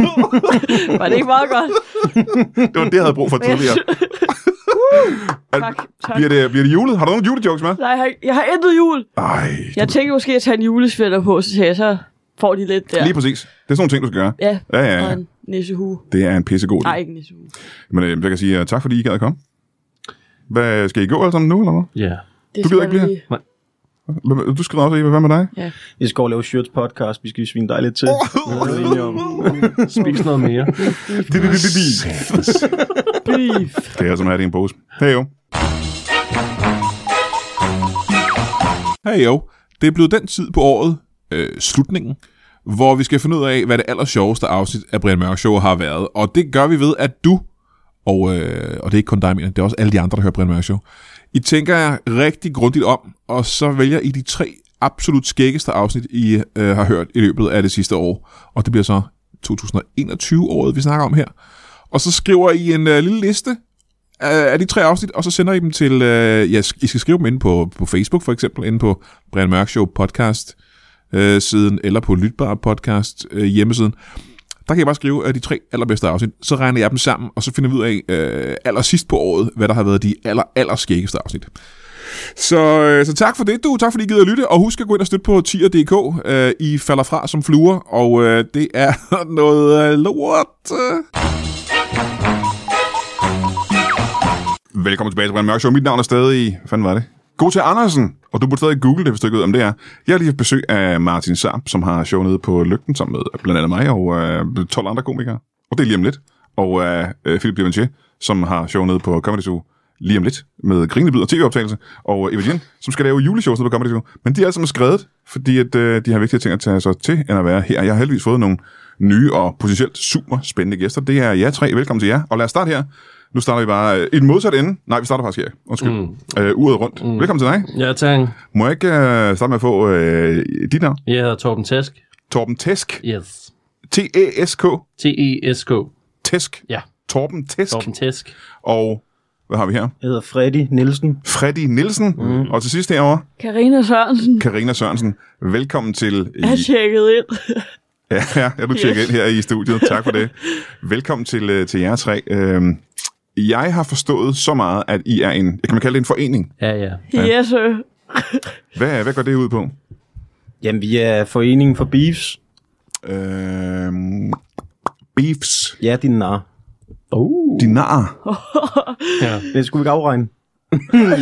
Speaker 2: Var det ikke meget godt?
Speaker 1: Det var det, jeg havde brug for tidligere. Er-
Speaker 2: tak, tak.
Speaker 1: Bliver det, bliver det julet? Har du nogle julejokes med?
Speaker 2: Nej, jeg har, ikke- jeg har intet jul.
Speaker 1: Ej,
Speaker 2: Jeg tænkte måske at tage en julesvætter på, så sagde jeg, så får de lidt der.
Speaker 1: lige præcis. Det er sådan nogle ting, du skal gøre.
Speaker 2: Ja,
Speaker 1: Ja, ja,
Speaker 2: og
Speaker 1: ja.
Speaker 2: en nissehue.
Speaker 1: Det er en pissegod. idé.
Speaker 2: Nej, ikke en nissehue.
Speaker 1: Men øh, jeg kan sige uh, tak, fordi I gad at komme. Hvad, skal I gå alle sammen nu, eller hvad?
Speaker 4: Ja.
Speaker 2: Det
Speaker 1: Du gider
Speaker 2: skal
Speaker 1: ikke
Speaker 2: jeg
Speaker 1: blive
Speaker 2: lige-
Speaker 1: Hvad- Du skriver også, Eva, hvad med dig?
Speaker 3: Vi skal over og lave Shirts podcast. Vi skal svine dig lidt til.
Speaker 4: Spis noget mere.
Speaker 2: Beef.
Speaker 1: Det er som at have det i en pose. Hej jo. Hej jo. Det er blevet den tid på året, øh, slutningen, hvor vi skal finde ud af, hvad det aller sjoveste afsnit af Brian Mørk Show har været. Og det gør vi ved, at du, og, øh, og det er ikke kun dig, jeg mener, det er også alle de andre, der hører Brian Mørk Show, I tænker jer rigtig grundigt om, og så vælger I de tre absolut skæggeste afsnit, I øh, har hørt i løbet af det sidste år. Og det bliver så 2021-året, vi snakker om her. Og så skriver I en øh, lille liste øh, af de tre afsnit, og så sender I dem til, øh, ja, sk- I skal skrive dem ind på, på Facebook for eksempel, ind på Brian Mørk Show podcast øh, siden, eller på Lytbar podcast øh, hjemmesiden. Der kan I bare skrive øh, de tre allerbedste afsnit, så regner jeg dem sammen, og så finder vi ud af øh, allersidst på året, hvad der har været de aller, aller skæggeste afsnit. Så, øh, så tak for det, du. Tak fordi I gider at lytte, og husk at gå ind og støtte på tier.dk. Øh, I falder fra som fluer, og øh, det er noget øh, lort. Øh. Velkommen tilbage til Brian Mørk Show. Mit navn er stadig... Hvad fanden var det? God til Andersen, og du burde stadig google det, hvis du ikke ved, om det er. Jeg har lige haft besøg af Martin Sarp, som har show nede på Lygten sammen med blandt andet mig og øh, 12 andre komikere. Og det er lige om lidt. Og øh, øh, Philip Divanché, som har show nede på Comedy Zoo lige om lidt med grinebid og tv-optagelse. Og øh, Eva Jen, som skal lave juleshows nede på Comedy Zoo. Men de er alle sammen skrevet, fordi at, øh, de har vigtige ting at tage sig til, end at være her. Jeg har heldigvis fået nogle nye og potentielt super spændende gæster. Det er jer tre. Velkommen til jer. Og lad os starte her. Nu starter vi bare øh, i den modsatte ende. Nej, vi starter faktisk her. Undskyld. Mm. Øh, uret rundt. Mm. Velkommen til dig.
Speaker 4: Ja, tak.
Speaker 1: Må jeg ikke øh, starte med at få øh, dit navn?
Speaker 4: Jeg hedder Torben Tæsk.
Speaker 1: Torben Tæsk.
Speaker 4: Yes.
Speaker 1: T-E-S-K.
Speaker 4: T-E-S-K.
Speaker 1: Tæsk.
Speaker 4: Ja,
Speaker 1: Torben Tæsk.
Speaker 4: Torben
Speaker 1: Torben.
Speaker 4: Tæsk.
Speaker 1: Og hvad har vi her?
Speaker 3: Jeg hedder Freddy Nielsen.
Speaker 1: Freddy Nielsen. Mm. Og til sidst herovre,
Speaker 2: Karina Sørensen
Speaker 1: Karina Sørensen. Velkommen til...
Speaker 2: er tjekket ind.
Speaker 1: Ja, ja, er du tjekket yes. ind her i studiet. Tak for det. Velkommen til, øh, til jer tre. Øhm, jeg har forstået så meget, at I er en... Kan man kalde det en forening?
Speaker 4: Ja, ja.
Speaker 2: Yes, sir.
Speaker 1: Hvad, hvad går det ud på?
Speaker 3: Jamen, vi er foreningen for beefs.
Speaker 5: Øh, beefs.
Speaker 3: Ja, din nar.
Speaker 4: Oh.
Speaker 5: Dinar.
Speaker 4: Ja.
Speaker 3: Det skulle vi ikke afregne.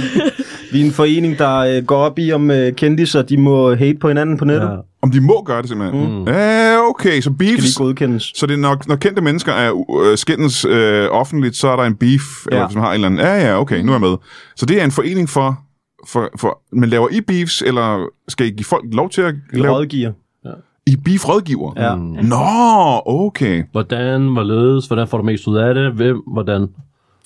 Speaker 3: vi er en forening, der øh, går op i, om øh, kendiser de må hate på hinanden på nettet. Ja.
Speaker 4: Ja.
Speaker 5: Om de må gøre det simpelthen. Mm. Øh, okay, så
Speaker 3: Skal
Speaker 5: beefs.
Speaker 3: lige godkendes.
Speaker 5: Så det er nok, når kendte mennesker er øh, skændes øh, offentligt, så er der en beef, ja. eller
Speaker 3: Ja.
Speaker 5: hvis man har en eller anden, ja ja, okay, nu er jeg med. Så det er en forening for, for, for men laver I beefs, eller skal I give folk lov til at
Speaker 3: Vi
Speaker 5: lave?
Speaker 3: rådgiver.
Speaker 5: I beef rådgiver?
Speaker 3: Ja.
Speaker 5: Nå, okay.
Speaker 4: Mm. Hvordan, hvorledes, hvordan får du mest ud af det, hvem, hvordan,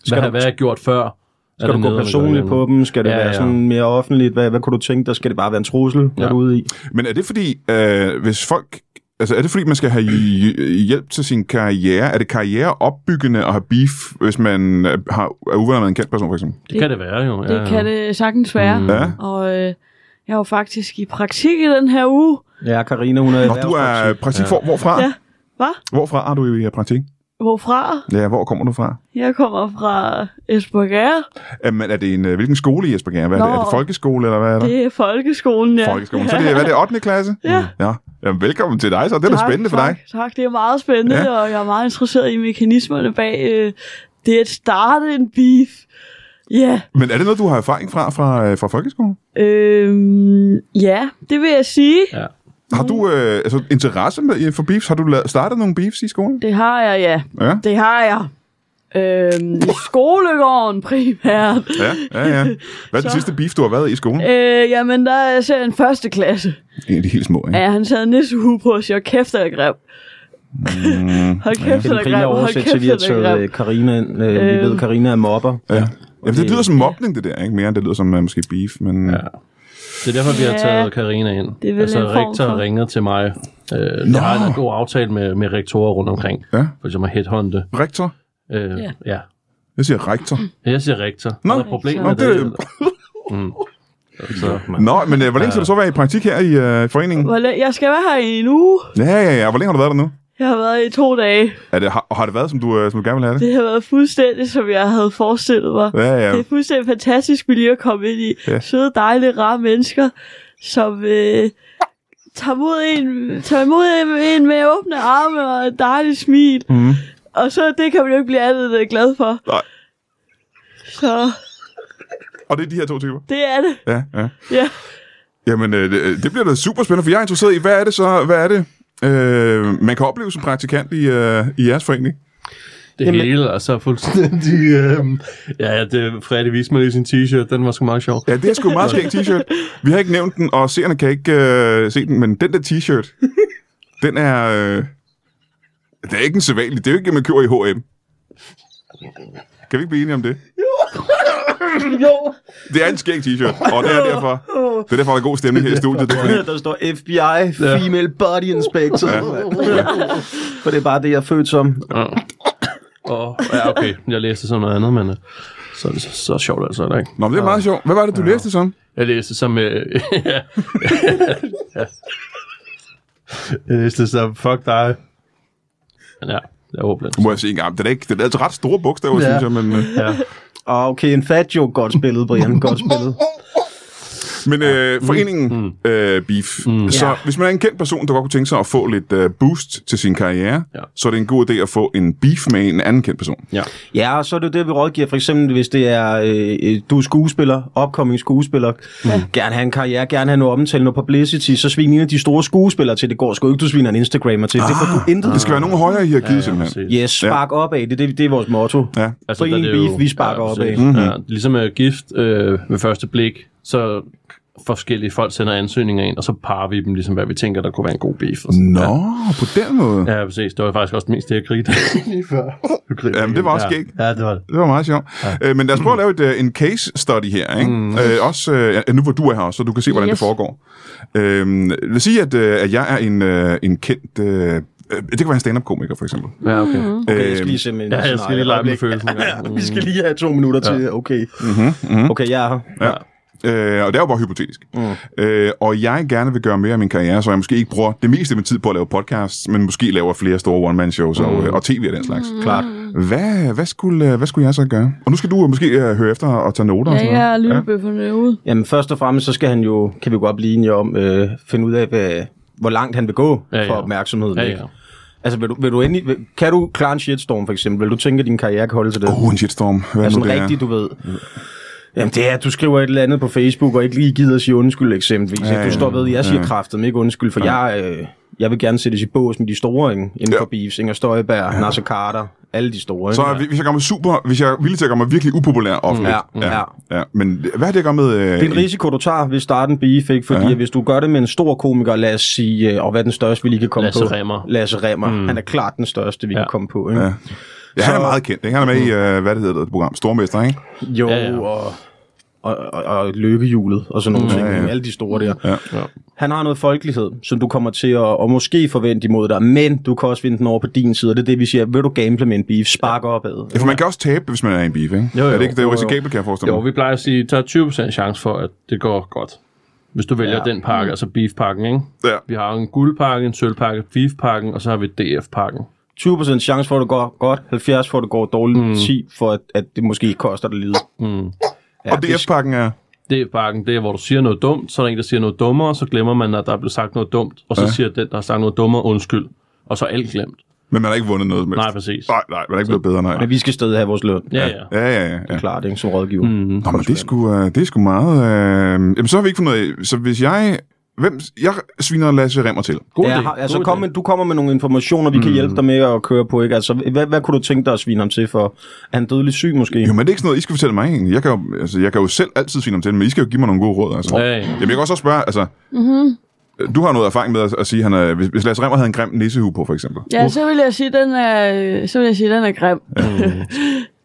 Speaker 3: Skal
Speaker 4: hvad,
Speaker 3: du-
Speaker 4: du, hvad er gjort før?
Speaker 3: Skal du gå personligt på dem? Skal det ja,
Speaker 4: Ja,
Speaker 3: være
Speaker 4: ja.
Speaker 3: sådan mere offentligt? Hvad, hvad kunne du tænke dig? Skal det bare være en trussel, ja. er
Speaker 4: Ja.
Speaker 3: du ude i?
Speaker 5: Men er det fordi, øh, hvis folk, altså er det fordi, man skal have hj- hjælp til sin karriere? Er det karriereopbyggende at have beef, hvis man øh, har, er uvenner med en kendt person, for eksempel?
Speaker 4: Det kan det være jo.
Speaker 2: Det kan det sagtens være.
Speaker 4: Mm.
Speaker 5: Ja.
Speaker 2: Og øh, jeg var faktisk i praktik i den her uge.
Speaker 3: Ja, Karina, hun er
Speaker 5: Nå, du er praktik, ja. hvor, hvorfra?
Speaker 2: Ja. Hvad?
Speaker 5: Hvorfra er du i øh, praktik?
Speaker 2: Hvorfra?
Speaker 5: Ja, hvor kommer du fra?
Speaker 2: Jeg kommer fra Esbjerg.
Speaker 5: Jamen, er det en, øh, hvilken skole i Esbjerg? Hvad er,
Speaker 2: Nå.
Speaker 5: det? er det folkeskole, eller hvad er der?
Speaker 2: Det er folkeskolen, ja.
Speaker 5: Folkeskolen. Så det, er- hvad er det, 8. klasse?
Speaker 2: Ja.
Speaker 5: ja. Jamen, velkommen til dig, så det er da
Speaker 2: Tak,
Speaker 5: spændende for dig.
Speaker 2: tak, Tak, det er meget spændende,
Speaker 5: Ja.
Speaker 2: ja. og jeg er meget interesseret i mekanismerne bag øh, det at starte en beef. Ja,
Speaker 5: Men er det noget, du har erfaring fra, fra, øh, fra folkeskolen?
Speaker 2: øhm, ja, det vil jeg sige.
Speaker 4: Ja.
Speaker 5: Har
Speaker 2: Mm.
Speaker 5: du øh, altså, interesse med, for beefs? Har du la- startet nogle beefs i skolen?
Speaker 2: Det har jeg, ja.
Speaker 5: Ja,
Speaker 2: Det har jeg. Øhm, I skolegården primært.
Speaker 5: ja, ja. ja. Hvad er den
Speaker 2: Så-
Speaker 5: sidste beef, du har været i i skolen?
Speaker 2: Øh, jamen, der er selv en første klasse.
Speaker 5: En af de helt små, ikke?
Speaker 2: Ja, han sad nissehue på os. Jeg kæft, er jeg grim.
Speaker 5: Mm.
Speaker 2: Hold kæft,
Speaker 3: Det
Speaker 2: er
Speaker 3: er den
Speaker 2: jeg
Speaker 3: primære
Speaker 2: grim. Hold
Speaker 3: oversæt til, at
Speaker 2: kæft,
Speaker 3: vi
Speaker 2: er
Speaker 3: har
Speaker 2: jeg
Speaker 3: taget øh,
Speaker 2: grim.
Speaker 3: Karina ind. Øh, vi
Speaker 2: Øh.
Speaker 3: ved, Karina er mobber.
Speaker 5: Ja. Jamen, det
Speaker 3: det-
Speaker 5: lyder som mobning, det der, ikke? Mere end det lyder som uh, måske beef, men... Ja.
Speaker 4: Ja. Det er derfor, vi har
Speaker 2: Ja.
Speaker 4: taget Karina ind.
Speaker 2: Det er vel
Speaker 4: altså,
Speaker 2: en form
Speaker 4: rektor
Speaker 2: for-
Speaker 4: ringede til mig. Øh,
Speaker 5: Nå.
Speaker 4: jeg har en god aftale med, med rektorer rundt omkring,
Speaker 5: Ja.
Speaker 4: for eksempel at headhunte.
Speaker 5: Rektor?
Speaker 4: Øh,
Speaker 2: Ja.
Speaker 4: ja. ja.
Speaker 5: Jeg siger rektor.
Speaker 4: Jeg siger rektor.
Speaker 5: Nå.
Speaker 4: Og der er problemet
Speaker 5: Nå,
Speaker 4: med
Speaker 5: det-
Speaker 4: det. Mm. Så,
Speaker 5: Nå, men øh, hvor længe skal du så være i praktik her i øh, foreningen?
Speaker 2: Hvor læ- Jeg skal være her i en uge.
Speaker 5: Ja, ja, ja. Hvor længe har du været der nu?
Speaker 2: Jeg har været i to dage.
Speaker 5: Er det, har, og har det været, som du, øh, som du gerne vil have det?
Speaker 2: Det har været fuldstændig, som jeg havde forestillet mig.
Speaker 5: Ja, ja.
Speaker 2: Det er fuldstændig fantastisk miljø at komme ind i.
Speaker 5: Ja.
Speaker 2: Ja. Søde, dejlige, rare mennesker, som øh, tager, mod en, tager imod en- en med åbne arme og et dejligt smil.
Speaker 5: Mm.
Speaker 2: Og så det kan man jo ikke blive andet end øh, glad for.
Speaker 5: Nej.
Speaker 2: Så
Speaker 5: Og det er de her to typer?
Speaker 2: det er det.
Speaker 5: Ja, ja.
Speaker 2: Ja.
Speaker 5: Jamen, øh, det, det bliver da super spændende, for jeg er interesseret i, hvad er det så, hvad er det, øh, man kan opleve som praktikant i, øh, i jeres forening?
Speaker 4: det
Speaker 3: Jamen- øhm,
Speaker 4: hele er så fuldstændig... Øh, ja, ja, det, Freddy viste mig lige sin t-shirt. Den var sgu meget sjov.
Speaker 5: Ja, det er sgu en meget skæg t-shirt. Vi har ikke nævnt den, og seerne kan ikke øh, se den, men den der t-shirt, den er... Øh, det er ikke en sædvanlig. Det er jo ikke, man køber i H&M. Kan vi ikke blive enige om det?
Speaker 3: Jo.
Speaker 5: Det er en skæg t-shirt, og det er derfor, det er derfor, der er god stemning her i studiet. Det er fordi,
Speaker 3: Der står FBI, Female Body Inspector.
Speaker 5: Ja.
Speaker 3: Ja. For det er bare det, jeg er født som.
Speaker 4: Ja. Og, ja, okay. Jeg læste sådan noget andet, men øh, så, så, så sjovt altså, eller ikke?
Speaker 5: Nå, men det er meget sjovt. Hvad var det, du læste det som?
Speaker 4: Jeg læste som... Øh, ja. Jeg læste som, fuck dig. Men ja, jeg håber det.
Speaker 5: Må jeg sige en gang. Det er, da ikke, det er altså ret store bogstaver, ja.
Speaker 4: Ja.
Speaker 5: synes jeg. Men, øh,
Speaker 4: Ja.
Speaker 3: Og okay, en fat joke. Godt spillet, Brian. Godt spillet.
Speaker 5: men øh, foreningen øh, Beef. Mm. Så
Speaker 3: Ja.
Speaker 5: hvis man er en kendt person, der godt kunne tænke sig at få lidt øh, boost til sin karriere, ja.
Speaker 4: Ja.
Speaker 5: så er det en god idé at få en beef med en anden kendt person.
Speaker 4: ja.
Speaker 3: Ja, og så er det jo det, vi rådgiver. For eksempel, hvis det er, øh, øh, du er skuespiller, opkommende skuespiller, mm. gerne have en karriere, gerne have noget omtale, noget publicity, så svin en af de store skuespillere til. Det går sgu ikke, du sviner en Instagrammer til. Ah, det får du intet.
Speaker 5: Det skal være nogen højere i hierarkiet, ja, simpelthen.
Speaker 4: præcis.
Speaker 3: Yes, spark ja. opad. Det, er det, det er vores motto.
Speaker 5: Ja.
Speaker 3: Altså, Fri en
Speaker 4: der er
Speaker 3: beef, vi sparker Mhm.
Speaker 4: ja,
Speaker 3: opad.
Speaker 4: præcis. Ja, ligesom øh, gift øh, ved første blik, så forskellige folk sender ansøgninger ind, og så parer vi dem, ligesom hvad vi tænker, der kunne være en god beef. Og sådan.
Speaker 5: Nå, på den måde. Ja.
Speaker 4: Ja. ja, præcis. Det var faktisk også mest det, jeg grinede lige før. Du griner
Speaker 5: Jamen, det var også
Speaker 4: igen.
Speaker 5: skægt.
Speaker 4: Ja, ja det var det.
Speaker 5: Det var meget sjovt. Ja. Øh, men lad os prøve at lave et, øh, en case study her. Ikke? Mm. Øh, også øh, ja, nu hvor du er her, også, så du kan se, hvordan
Speaker 2: Yes.
Speaker 5: yes. det foregår. Øh, lad os sige, at, øh, at jeg er en, øh, en kendt... Øh, øh, det kan være en stand-up-komiker, for eksempel.
Speaker 4: Ja, okay.
Speaker 3: Okay, jeg skal lige se med
Speaker 4: Ja, jeg skal lige lege med følelsen.
Speaker 3: Ja, vi skal lige have to minutter ja. til, okay. Mm-hmm, mm-hmm. Okay, jeg er her.
Speaker 5: Ja. Øh, og det er jo bare hypotetisk. Mm. Øh, og jeg gerne vil gøre mere af min karriere, så jeg måske ikke bruger det meste af min tid på at lave podcasts, men måske laver flere store one-man-shows og, øh, og tv og den slags. Mm.
Speaker 3: Klart.
Speaker 5: Hvad, hvad, skulle, øh, hvad skulle jeg så gøre? Og nu skal du øh, måske øh, høre efter og tage noter og
Speaker 2: Ja,
Speaker 5: sådan noget.
Speaker 2: jeg er lydbøfferne ude.
Speaker 3: Jamen først og fremmest, så skal han jo, kan vi godt blive enige om, øh, finde ud af, hvad, hvor langt han vil gå
Speaker 4: Ja,
Speaker 3: ja,
Speaker 4: ja.
Speaker 3: ja. for opmærksomheden.
Speaker 4: Ja,
Speaker 3: ikke?
Speaker 4: ja.
Speaker 3: Altså, vil du, vil du endelig, vil, kan du klare en shitstorm, for eksempel? Vil du tænke, at din karriere kan holde til det?
Speaker 5: Oh, en shitstorm. Hvad
Speaker 3: er
Speaker 5: nu
Speaker 3: sådan
Speaker 5: det
Speaker 3: rigtigt, du ved. Jamen det er, at du skriver et eller andet på Facebook, og ikke lige gider at sige undskyld eksempelvis.
Speaker 5: Ja,
Speaker 3: Ja,
Speaker 5: ja.
Speaker 3: du står ved, jeg siger
Speaker 5: Ja.
Speaker 3: ja. kraftet ikke undskyld, for ja. jeg, øh, jeg vil gerne sættes i bås med de store ikke? inden
Speaker 5: Ja.
Speaker 3: ja. for beefs. Inger Støjberg, ja. Nasser Carter, alle de store. Ikke?
Speaker 5: Så er vi- hvis jeg gør mig super, hvis jeg er villig til at gøre mig virkelig upopulær offentligt.
Speaker 3: Ja, ja.
Speaker 5: ja. Men hvad er det, jeg gør med... Øh,
Speaker 3: Det er en risiko, du tager ved starten beef, ikke? fordi
Speaker 5: Ja.
Speaker 3: ja. hvis du gør det med en stor komiker, lad os sige, øh, og hvad er den største, vi lige kan komme
Speaker 4: Lasse
Speaker 3: på?
Speaker 4: Remmer.
Speaker 3: Lasse Remmer. Mm. Han er klart den største, vi
Speaker 4: Ja.
Speaker 3: ja. kan komme på. Ikke?
Speaker 5: Ja.
Speaker 3: Ja.
Speaker 5: ja, han er
Speaker 3: så-
Speaker 5: meget kendt. Ikke? Han er med i, øh, hvad det hedder, det program Stormester, ikke?
Speaker 3: Jo,
Speaker 4: Ja,
Speaker 3: ja,
Speaker 4: ja.
Speaker 3: ja. og og, og, og lykkehjulet og sådan nogle mm, ting.
Speaker 5: ja,
Speaker 3: Ja,
Speaker 5: ja.
Speaker 3: Alle de store der.
Speaker 5: Ja.
Speaker 4: Ja.
Speaker 3: Han har noget folkelighed, som du kommer til at og måske forvente imod dig, men du kan også vinde den over på din side, og det er det, vi siger, vil du gamble med en beef, spark opad.
Speaker 5: Ja, for man kan også tabe, hvis man er i en beef, ikke?
Speaker 4: Jo, jo.
Speaker 5: er det, ikke, det er jo
Speaker 3: Jo, jo.
Speaker 5: risikabelt, kan jeg forestille
Speaker 4: Jo,
Speaker 5: mig.
Speaker 4: vi plejer at sige, at der er 20% chance for, at det går godt. Hvis du vælger ja.
Speaker 3: Ja.
Speaker 4: den pakke, altså beefpakken, ikke?
Speaker 5: Ja.
Speaker 4: Vi har jo en guldpakke, en sølvpakke, beefpakken, og så har vi DF-pakken.
Speaker 3: 20% chance for, at det går godt, 70% for, at det går dårligt, mm. 10% for, at, at det måske koster dig lidt. Mm. Ja,
Speaker 5: Og DF-pakken er...
Speaker 4: DF-pakken, det er, hvor du siger noget dumt, så er der en, der siger noget dummere, så glemmer man, at der er blevet sagt noget dumt, og så
Speaker 5: Ja.
Speaker 4: ja. siger den, der har sagt noget dummere, undskyld. Og så er alt glemt.
Speaker 5: Men man har ikke vundet noget som helst.
Speaker 4: Nej, præcis.
Speaker 5: Nej, nej, man er ikke blevet bedre, nej.
Speaker 3: Men vi skal stadig have vores løn.
Speaker 4: Ja, ja.
Speaker 5: Ja, ja, ja. ja.
Speaker 3: Klart, ikke? Som rådgiver. Mm.
Speaker 5: Nå, men det er sgu, øh, det er sgu meget... Øh... Jamen, så har vi ikke fundet ud af... Så hvis jeg... Hvem, jeg sviner Lasse Remmer til.
Speaker 4: God
Speaker 3: Ja,
Speaker 4: idé,
Speaker 3: har- altså,
Speaker 4: god
Speaker 3: kom
Speaker 4: idé.
Speaker 3: med, du kommer med nogle informationer, vi mm. kan hjælpe dig med at køre på. Ikke? Altså, hvad, hvad kunne du tænke dig at svine ham til for? Er han dødelig syg måske?
Speaker 5: Jo, men det er ikke sådan noget, I skal fortælle mig egentlig. Jeg kan jo, altså, jeg kan jo selv altid svine om til, men I skal jo give mig nogle gode råd. Altså.
Speaker 4: Ja, ja.
Speaker 5: Jamen, jeg kan også spørge, altså... Mm-hmm. Du har noget erfaring med at, at sige, han er, hvis, hvis Lasse Remmer havde en grim nissehue på, for eksempel.
Speaker 2: Ja, så vil jeg sige, den er, øh, så vil jeg sige, den er grim.
Speaker 5: Uh.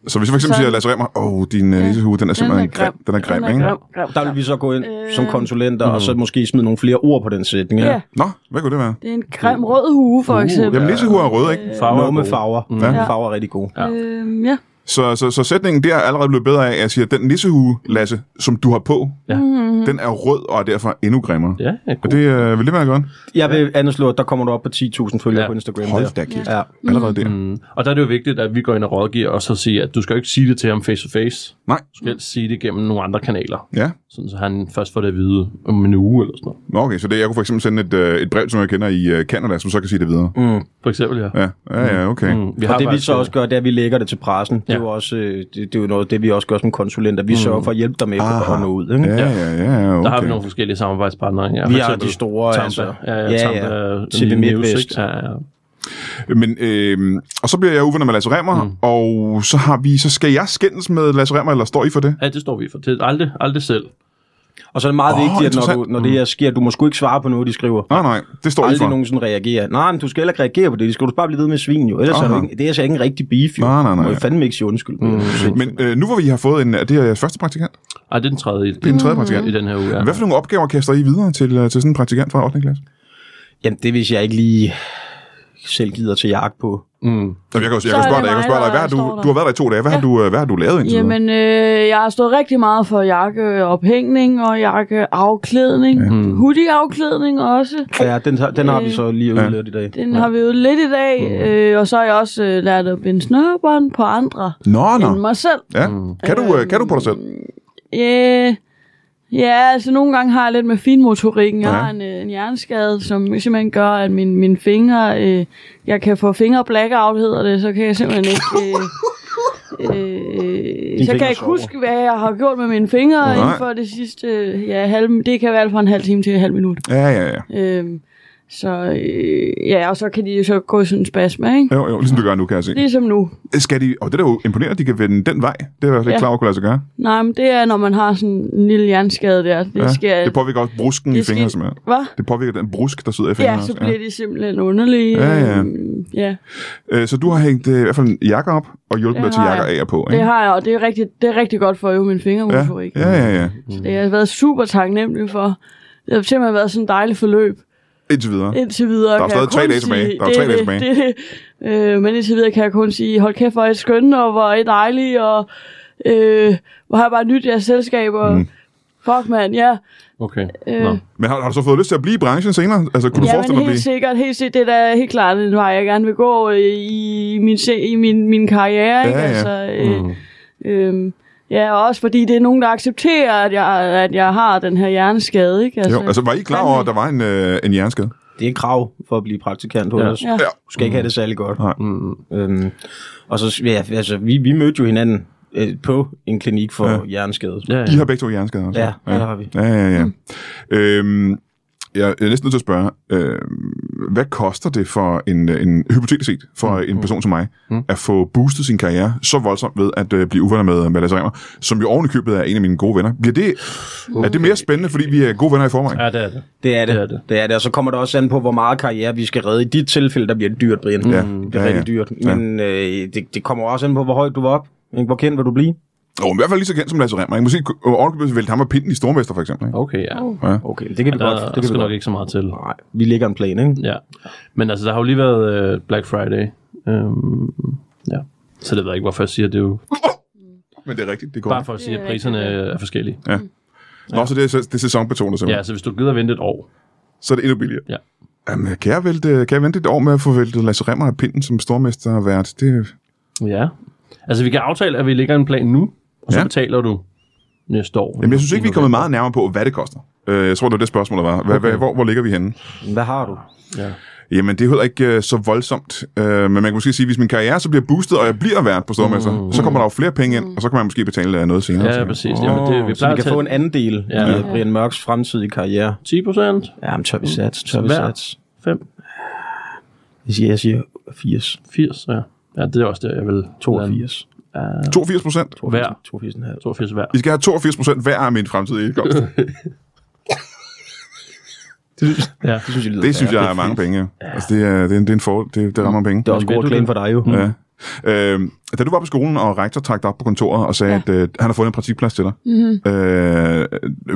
Speaker 5: Så hvis jeg for eksempel
Speaker 2: Så-
Speaker 5: siger, Lasse Remmer, åh, din ja. nissehue, den er simpelthen den er grim. Den er grim, ikke?
Speaker 2: grim, grim,
Speaker 3: Der vil
Speaker 2: grim.
Speaker 3: vi så gå ind øh... som
Speaker 2: Øh.
Speaker 3: konsulenter, mm. og så måske smide nogle flere ord på den sætning. ikke?
Speaker 2: Ja,
Speaker 5: Nå, hvad kunne det være?
Speaker 2: det er en grim rød hue, for eksempel.
Speaker 5: Uh, Jamen, nissehuer er røde, ikke?
Speaker 4: Farver er
Speaker 3: Noget med
Speaker 4: gode.
Speaker 3: farver. Mm.
Speaker 5: Ja.
Speaker 3: Ja. Farver er rigtig gode.
Speaker 4: Ja.
Speaker 2: Øhm, ja.
Speaker 5: Så, så, så sætningen der er allerede blevet bedre af, at jeg siger, at den nissehue, Lasse, som du har på,
Speaker 4: Ja.
Speaker 5: den er rød og er derfor endnu grimmere.
Speaker 4: Ja, ja,
Speaker 5: Og
Speaker 4: god.
Speaker 5: det, øh, vil det være godt?
Speaker 3: Jeg vil anslå, at der kommer du op på 10.000 følgere
Speaker 4: Ja.
Speaker 3: ja. på Instagram.
Speaker 5: Hold
Speaker 3: der.
Speaker 5: da kæft.
Speaker 3: Ja.
Speaker 5: Allerede der.
Speaker 4: Mm. Og der er det jo vigtigt, at vi går ind og rådgiver, og så siger, at du skal jo ikke sige det til ham face to face.
Speaker 5: Nej.
Speaker 4: Du skal helst sige det gennem nogle andre kanaler.
Speaker 5: Ja.
Speaker 4: Sådan, så han først får det at vide om en uge eller sådan noget.
Speaker 5: Nå, okay, så det, jeg kunne for eksempel sende et, øh, et brev, som jeg kender i øh, Canada, som så kan sige det videre. Mm.
Speaker 4: For eksempel, ja.
Speaker 5: Ja, ja, ja, okay. Mm.
Speaker 4: Vi
Speaker 3: og det vi
Speaker 4: faktisk- øh,
Speaker 3: så også gør, det er, at vi lægger det til pressen. Ja. Det,
Speaker 4: Ja. Mm.
Speaker 3: er jo også, øh, det, det er jo noget, det vi også gør som konsulenter. Vi sørger for at hjælpe dig med
Speaker 5: Aha.
Speaker 3: at nå ud. Ikke?
Speaker 5: Ja, ja, ja, okay.
Speaker 4: Der har vi nogle forskellige samarbejdspartnere. Ja,
Speaker 3: Vi
Speaker 4: For
Speaker 3: har
Speaker 4: eksempel
Speaker 3: de store,
Speaker 4: Tampa.
Speaker 3: altså.
Speaker 4: Ja, ja,
Speaker 3: Ja,
Speaker 4: Tampa,
Speaker 3: ja.
Speaker 4: øh,
Speaker 3: TV
Speaker 4: News,
Speaker 3: MidtVest.
Speaker 4: ikke? Ja, ja.
Speaker 5: Men, øh, og så bliver jeg uvenner med Lasse Remmer, mm. og så, har vi, så skal jeg skændes med Lasse Remmer, eller står I for det?
Speaker 4: ja, det står vi for. Det er aldrig, aldrig selv.
Speaker 3: Og så er det meget
Speaker 5: Åh,
Speaker 3: oh, vigtigt, at når, du,
Speaker 5: interessant.
Speaker 3: når det her sker, du må sgu ikke svare på noget, de skriver.
Speaker 5: Nej, nej, det står I for.
Speaker 3: Aldrig nogen sådan reagerer. Nej, men du skal heller ikke reagere på det. De skal du bare blive ved med svin, jo. Ellers er
Speaker 5: Aha.
Speaker 3: det, ikke, det er altså ikke en rigtig beef, jo.
Speaker 5: Nej, nej, nej.
Speaker 3: Må jeg fandme ikke sige undskyld. Mm.
Speaker 5: Men øh, nu hvor vi har fået en, er det er jeres første praktikant?
Speaker 4: Ej, det er den tredje, i-
Speaker 5: Det er den tredje praktikant.
Speaker 4: i den her uge. Ja.
Speaker 5: Hvad for nogle opgaver kaster I videre til, øh, til sådan en praktikant fra 8. klasse?
Speaker 3: Jamen, det hvis jeg ikke lige selv gider til jagt på.
Speaker 4: Mm.
Speaker 5: Jamen, jeg kan, jo- jeg
Speaker 2: Så
Speaker 5: kan
Speaker 2: er
Speaker 5: spørge
Speaker 2: det
Speaker 5: dig, jeg kan
Speaker 2: mig,
Speaker 5: spørge dig,
Speaker 2: der
Speaker 5: hvad har du,
Speaker 2: står der.
Speaker 5: du har været der i to dage, hvad, har, du, øh, hvad har du lavet indtil videre?
Speaker 2: Jamen, øh, jeg har stået rigtig meget for jakkeophængning og jakkeafklædning. Mm. Hoodieafklædning også.
Speaker 3: Ja, den, har- den har vi så lige
Speaker 5: Ja.
Speaker 3: udlært i dag.
Speaker 2: Den har vi jo lidt i dag. Mm. Øh, og så har jeg også øh, lært at binde snørebånd på andre
Speaker 5: Nå, nå.
Speaker 2: end mig selv.
Speaker 5: Ja. Kan, du, øh, kan du på dig selv?
Speaker 2: Øh, ja, altså nogle gange har jeg lidt med finmotorikken. Jeg
Speaker 5: Ja.
Speaker 2: har en, øh, en hjerneskade, som simpelthen gør, at min, mine fingre... Øh, jeg kan få fingre blackout, hedder det, så kan jeg simpelthen ikke... Øh, øh, så
Speaker 3: fingre
Speaker 2: kan jeg ikke
Speaker 3: sover.
Speaker 2: huske, hvad jeg har gjort med mine fingre
Speaker 5: Nej.
Speaker 2: Nej. inden for det sidste... øh, Ja, halv, det kan være alt fra en halv time til en halv minut.
Speaker 5: Ja, ja, ja.
Speaker 2: Øh, så øh, ja, og så kan de jo så gå i sådan en spasme, ikke?
Speaker 5: Jo, jo, ligesom du gør nu, kan jeg se.
Speaker 2: Ligesom nu.
Speaker 5: Skal de, og det er da jo imponerende, at de kan vende den vej. Det er jeg slet ikke
Speaker 2: Ja.
Speaker 5: klar over, at kunne lade sig gøre.
Speaker 2: Nej, men det er, når man har sådan en lille hjerneskade der. Det
Speaker 5: Ja.
Speaker 2: sker...
Speaker 5: Det påvirker også brusken i
Speaker 2: det sker-
Speaker 5: fingrene, simpelthen.
Speaker 2: Hvad?
Speaker 5: Det påvirker den brusk, der sidder i fingrene.
Speaker 2: Ja, så
Speaker 5: også.
Speaker 2: bliver de simpelthen underlige.
Speaker 5: Ja, ja.
Speaker 2: Øhm, ja.
Speaker 5: Øh, Så du har hængt øh, i hvert fald en jakke op og hjulpet
Speaker 2: Det
Speaker 5: med til
Speaker 2: har
Speaker 5: jakker
Speaker 2: jeg.
Speaker 5: af og på,
Speaker 2: Det
Speaker 5: ikke?
Speaker 2: har jeg, og det er rigtig, det er rigtig godt for at øve min fingermotorik.
Speaker 5: ja, ja, ja, ja.
Speaker 2: Så det har jeg været super taknemmelig for. Det har simpelthen været sådan et dejligt forløb
Speaker 5: Indtil videre.
Speaker 2: indtil videre.
Speaker 5: Der er
Speaker 2: kan jeg
Speaker 5: stadig tre
Speaker 2: kun
Speaker 5: dage
Speaker 2: sige,
Speaker 5: tilbage. Der er
Speaker 2: det
Speaker 5: tre dage
Speaker 2: det, Det, er det. øh, men indtil videre kan jeg kun sige, hold kæft, hvor er I skønne, og hvor er I dejlige, og øh, hvor har jeg bare nyt jeres selskab, og mm. fuck mand, ja.
Speaker 4: Okay.
Speaker 2: Øh,
Speaker 4: Nå.
Speaker 5: Men har, har du så fået lyst til at blive i branchen senere? Altså, kunne du
Speaker 2: Ja,
Speaker 5: forestille
Speaker 2: men
Speaker 5: dig at
Speaker 2: helt
Speaker 5: blive...
Speaker 2: sikkert, helt sikkert, det er da helt klart en vej, jeg gerne vil gå øh, i min, se- i min, min karriere. ikke?
Speaker 5: Ja, ja.
Speaker 2: Altså, øh, mm. øh, ja, og også fordi det er nogen, der accepterer, at jeg, at jeg har den her hjerneskade. Ikke? Altså,
Speaker 5: Jo, altså var I klar over, at der var en, øh, en hjerneskade?
Speaker 3: det er et krav for at blive praktikant hos
Speaker 4: Ja.
Speaker 3: ja. os.
Speaker 2: Ja.
Speaker 3: Du skal ikke have det særlig godt.
Speaker 5: Nej.
Speaker 4: Mm.
Speaker 3: Øhm, og så, ja, altså, vi, vi mødte jo hinanden øh, på en klinik for
Speaker 5: Ja.
Speaker 3: ja. hjerneskade.
Speaker 4: Ja,
Speaker 5: I
Speaker 4: ja.
Speaker 5: har begge to hjerneskader, altså?
Speaker 3: Ja, det har vi.
Speaker 5: Ja, ja, ja.
Speaker 2: Mm.
Speaker 5: Øhm, jeg er næsten nødt til at spørge, øh, hvad koster det for en, øh, en hypotetisk set, for mm. en person som mig, mm. at få boostet sin karriere så voldsomt ved at øh, blive uvenner med, med Lasse Remmer, som jo oven i købet er en af mine gode venner. Bliver det, okay. Er det mere spændende, fordi vi er gode venner i forvejen?
Speaker 4: ja, det er det.
Speaker 3: Det er det.
Speaker 4: Det er det.
Speaker 3: det er det. Og så kommer det også an på, hvor meget karriere vi skal redde. I dit tilfælde, der bliver det dyrt, Brian. Det
Speaker 5: Ja.
Speaker 3: er
Speaker 5: Ja, ja.
Speaker 3: rigtig dyrt.
Speaker 5: Ja.
Speaker 3: Men øh, det, det kommer også an på, hvor højt du var op. Ikke? Hvor kendt vil du blive?
Speaker 5: Og i hvert fald lige så kendt som Lasse Remmer. Jeg må sige, oven i købet vælte ham og pinden i Stormester, for eksempel. Ikke?
Speaker 4: Okay, ja.
Speaker 3: Okay, det kan vi
Speaker 4: Der,
Speaker 3: godt.
Speaker 4: der
Speaker 3: Det kan
Speaker 4: skal
Speaker 3: vi
Speaker 4: nok
Speaker 3: godt.
Speaker 4: ikke så meget til.
Speaker 3: Nej, vi lægger en plan, ikke?
Speaker 4: Ja. Men altså, der har jo lige været øh, Black Friday. Øhm, ja. Så det ved jeg ikke, hvorfor jeg siger det. er jo
Speaker 5: Men det er rigtigt, det er
Speaker 4: bare
Speaker 5: godt.
Speaker 4: for at
Speaker 2: Det
Speaker 4: sige,
Speaker 2: er
Speaker 4: at priserne
Speaker 2: rigtigt,
Speaker 4: er forskellige.
Speaker 5: Nå, så det er, det er sæsonbetonet simpelthen.
Speaker 4: Ja, så hvis du gider vente et år.
Speaker 5: Så er det endnu billigere.
Speaker 4: Ja.
Speaker 5: Jamen, kan jeg, vælte, kan jeg vente et år med at få væltet Lasse Remmer af pinden som stormester og vært? Det,
Speaker 4: Ja. Altså, vi kan aftale, at vi lægger en plan nu, og så
Speaker 5: Ja.
Speaker 4: ja. betaler du næste år.
Speaker 5: Jamen, jeg synes ikke, vi er kommet meget nærmere på, hvad det koster. Øh, jeg tror, det var det spørgsmål, der var. Hvad, okay. hvor, hvor ligger vi henne?
Speaker 3: Hvad har du?
Speaker 4: Ja.
Speaker 5: Jamen, det er heller ikke øh, så voldsomt. Øh, men man kan måske sige, at hvis min karriere så bliver boostet, og jeg bliver vært på stormester, mm. så kommer der jo flere penge ind, og så kan man måske betale øh, noget senere.
Speaker 4: Ja,
Speaker 5: tænker
Speaker 4: ja,
Speaker 5: jeg.
Speaker 4: præcis. Jamen, det, vi
Speaker 3: Så
Speaker 4: plejer
Speaker 3: vi kan
Speaker 4: at tage
Speaker 3: få en anden del
Speaker 4: Ja.
Speaker 3: ja. i Brian Mørks fremtidige karriere.
Speaker 4: 10 procent,
Speaker 3: Jamen, tør vi sats, tør vi
Speaker 4: Hver.
Speaker 3: sats.
Speaker 4: 5,
Speaker 3: Jeg siger, jeg siger 80.
Speaker 4: 80, ja. Ja, det er også der, jeg vil.
Speaker 3: 82.
Speaker 5: 82 procent.
Speaker 3: 82.
Speaker 4: Hver.
Speaker 3: 82,5.
Speaker 4: 82 hver.
Speaker 5: I skal have 82 procent hver af min fremtidige indkomst.
Speaker 4: Ja.
Speaker 3: Det synes jeg, lyder
Speaker 5: Det synes
Speaker 3: fair.
Speaker 5: jeg er mange penge. ja. Altså, det er, det er, en, det er en fordel. Det, det rammer penge.
Speaker 3: Det er også
Speaker 4: Men
Speaker 3: god
Speaker 4: ved du
Speaker 3: reklame
Speaker 4: det?
Speaker 3: for dig jo.
Speaker 5: Ja. Øh, da du var på skolen, og rektor trak dig op på kontoret og sagde, ja. at øh, han har fundet en praktikplads til dig. Mm-hmm. Øh,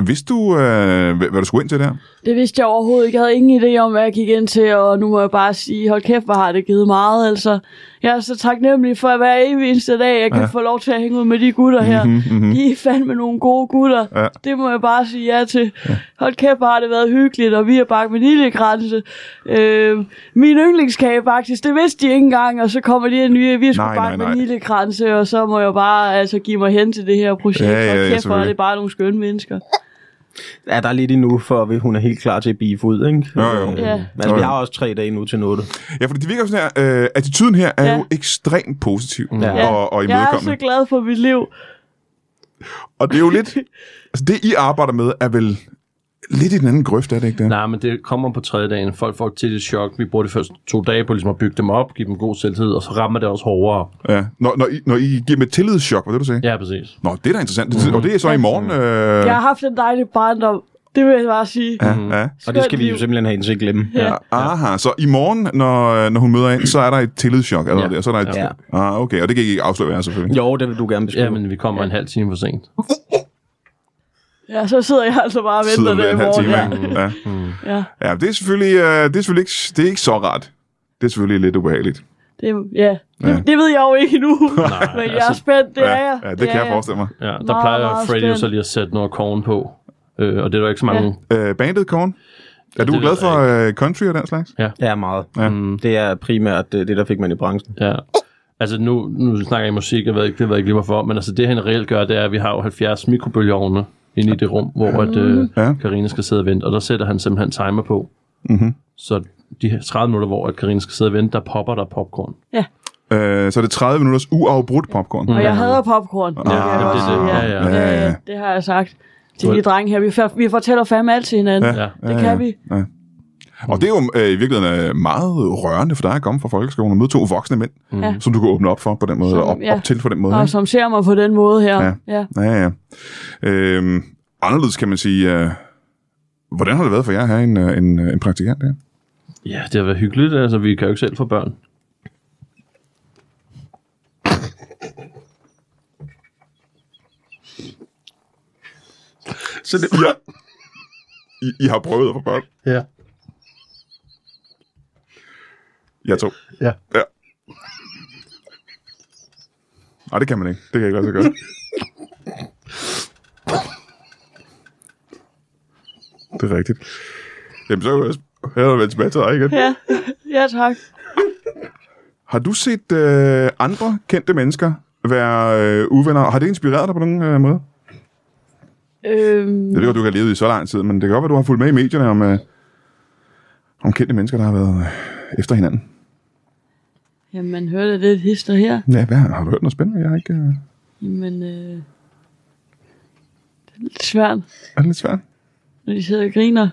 Speaker 5: vidste du, øh, hvad, hvad du skulle ind til der?
Speaker 2: Det vidste jeg overhovedet ikke. Jeg havde ingen idé om, hvad jeg gik ind til, og nu må jeg bare sige, hold kæft, hvor har det givet meget. Altså, jeg er så taknemmelig for at hver evig eneste dag, jeg kan ja.
Speaker 5: Ja.
Speaker 2: få lov til at hænge ud med de gutter her.
Speaker 5: Mhm, mhm.
Speaker 2: I er fandme nogle gode gutter.
Speaker 5: Ja.
Speaker 2: Det må jeg bare sige ja til. Ja. Hold kæft, hvor har det været hyggeligt, og vi har bagt med lille grænse. Øh, min yndlingskage faktisk, det vidste de ikke engang, og så kommer de her nye, vi skulle
Speaker 5: Nej, nej,
Speaker 2: bagt
Speaker 5: nej.
Speaker 2: med lille grænse, og så må jeg bare altså, give mig hen til det her projekt.
Speaker 5: Ja, ja,
Speaker 2: Hold
Speaker 5: ja,
Speaker 2: kæft, hvor er
Speaker 5: selvfølgelig.
Speaker 2: det bare nogle skønne mennesker.
Speaker 3: Ja, der er lidt endnu, for hun er helt klar til at beef ud, ikke?
Speaker 5: Jo, jo.
Speaker 3: Øh,
Speaker 2: Ja.
Speaker 3: Altså, vi har også tre dage nu til noget.
Speaker 5: Ja, fordi det virker jo sådan her, øh, attituden her er ja.
Speaker 2: Ja.
Speaker 5: jo ekstremt positiv
Speaker 4: Mm.
Speaker 3: Ja.
Speaker 5: og, og
Speaker 2: jeg er så
Speaker 5: imødekommende.
Speaker 2: glad for mit liv.
Speaker 5: Og det er jo lidt, altså det I arbejder med er vel lidt i den anden grøft, er det ikke det?
Speaker 4: Nej, men det kommer på tredje dagen. Folk får til det chok. Vi bruger de første to dage på ligesom at bygge dem op, give dem god selvtid, og så rammer det også hårdere.
Speaker 5: Ja. Når, når, I, når I giver dem et tillidschok, hvad det du sagde? Ja.
Speaker 4: Ja, præcis.
Speaker 5: Nå, det er da interessant. Det, og det er så i morgen. Øh,
Speaker 2: Jeg har haft en dejlig barndom. Det vil jeg bare sige. Ja.
Speaker 5: ja. ja.
Speaker 3: Og det skal vi jo simpelthen have indsigt glemme.
Speaker 2: Ja.
Speaker 5: Aha, så i morgen, øh, når, når hun møder ind, så er der et tillidschok allerede
Speaker 4: Ja.
Speaker 5: der. Så er der et,
Speaker 3: Ja.
Speaker 5: Ah, okay, og det kan I ikke afsløre jer selvfølgelig.
Speaker 3: Jo, det vil du gerne beskrive.
Speaker 4: Ja, men vi kommer en halv time for sent.
Speaker 2: ja, så sidder jeg altså bare og
Speaker 5: Sidder
Speaker 2: venter
Speaker 5: med
Speaker 2: det i
Speaker 5: en halv
Speaker 2: morgen.
Speaker 5: time.
Speaker 2: Ja.
Speaker 4: Mm.
Speaker 5: ikke? Ja.
Speaker 2: Ja.
Speaker 5: ja, det er selvfølgelig, øh, det er selvfølgelig ikke, det er ikke så rart. Det er selvfølgelig lidt ubehageligt.
Speaker 2: Det, ja. Det,
Speaker 5: Ja.
Speaker 2: det ved jeg jo ikke endnu.
Speaker 4: Nej,
Speaker 2: Men jeg er
Speaker 4: altså-
Speaker 2: spændt, det
Speaker 5: ja,
Speaker 2: er jeg.
Speaker 5: ja, det, det kan
Speaker 2: er
Speaker 5: jeg forestille mig.
Speaker 4: Ja, der
Speaker 2: Meget,
Speaker 4: plejer
Speaker 2: meget
Speaker 4: Freddy jo så
Speaker 2: spændt.
Speaker 4: lige at sætte noget korn på. Øh, og det er der ikke så mange...
Speaker 5: Øh, bandet, Korn? Er du
Speaker 4: det
Speaker 5: glad
Speaker 4: ved jeg
Speaker 5: for øh, country og den slags?
Speaker 3: Ja, meget.
Speaker 5: Ja.
Speaker 4: Mm,
Speaker 3: Det er primært øh, det, der fik man i branchen.
Speaker 4: ja. Altså nu, nu snakker jeg i musik, jeg ved ikke, det ved jeg ikke lige hvorfor, men altså det han reelt gør, det er, at vi har jo 70 mikrobølgeovne inde i det rum, hvor at,
Speaker 2: Mhm.
Speaker 4: øh,
Speaker 5: Ja.
Speaker 4: Karina skal sidde og vente, og der sætter han simpelthen timer på.
Speaker 5: Mhm.
Speaker 4: Så de her 30 minutter, hvor at Karina skal sidde og vente, der popper der popcorn.
Speaker 5: Øh, så er det 30 minutters uafbrudt popcorn.
Speaker 2: Og jeg hader popcorn. Det, kan jeg
Speaker 4: jamen,
Speaker 2: godt
Speaker 4: det er
Speaker 2: sige,
Speaker 4: det.
Speaker 2: ja.
Speaker 4: Ja,
Speaker 5: ja. Ja, ja.
Speaker 2: Det, det har jeg sagt til de drenge her. Vi, for, vi fortæller fandme alt til hinanden.
Speaker 4: Ja.
Speaker 2: Det kan vi.
Speaker 5: Ja. Og det er jo øh, i virkeligheden øh, meget rørende for dig at komme fra folkeskolen og møde to voksne mænd,
Speaker 2: Ja.
Speaker 5: som du kan åbne op for på den måde,
Speaker 2: Som-
Speaker 5: og op,
Speaker 2: ja.
Speaker 5: op til på den måde.
Speaker 2: Og
Speaker 5: ikke?
Speaker 2: som ser mig på den måde her.
Speaker 5: Ja.
Speaker 2: Ja. ja.
Speaker 5: Ja, ja. Øhm, anderledes kan man sige, øh, hvordan har det været for jer at have en, øh, en, øh, en praktikant der?
Speaker 4: Ja, det har været hyggeligt. Altså, vi kan jo ikke selv få børn.
Speaker 5: Så det, ja. I, I har prøvet at få børn?
Speaker 4: Ja.
Speaker 5: Jeg to.
Speaker 4: Ja.
Speaker 5: ja. Nej, det kan man ikke. Det kan ikke lade sig gøre. det er rigtigt. Jamen, så kan jeg også- jeg vil vende tilbage til dig igen.
Speaker 2: Ja, ja tak.
Speaker 5: Har du set øh, andre kendte mennesker være øh, uvenner? Har det inspireret dig på nogen øh, måde?
Speaker 2: Øhm,
Speaker 5: Jeg ved godt, du ikke har levet i så lang tid, men det kan godt være, du har fulgt med i medierne om, øh, om kendte mennesker, der har været øh, efter hinanden.
Speaker 2: Jamen, man hørte lidt hister her.
Speaker 5: Ja, hvad har du hørt noget spændende? Jeg har ikke... Øh,
Speaker 2: Jamen, øh, det er lidt svært,
Speaker 5: er det lidt svært?
Speaker 2: når de sidder og griner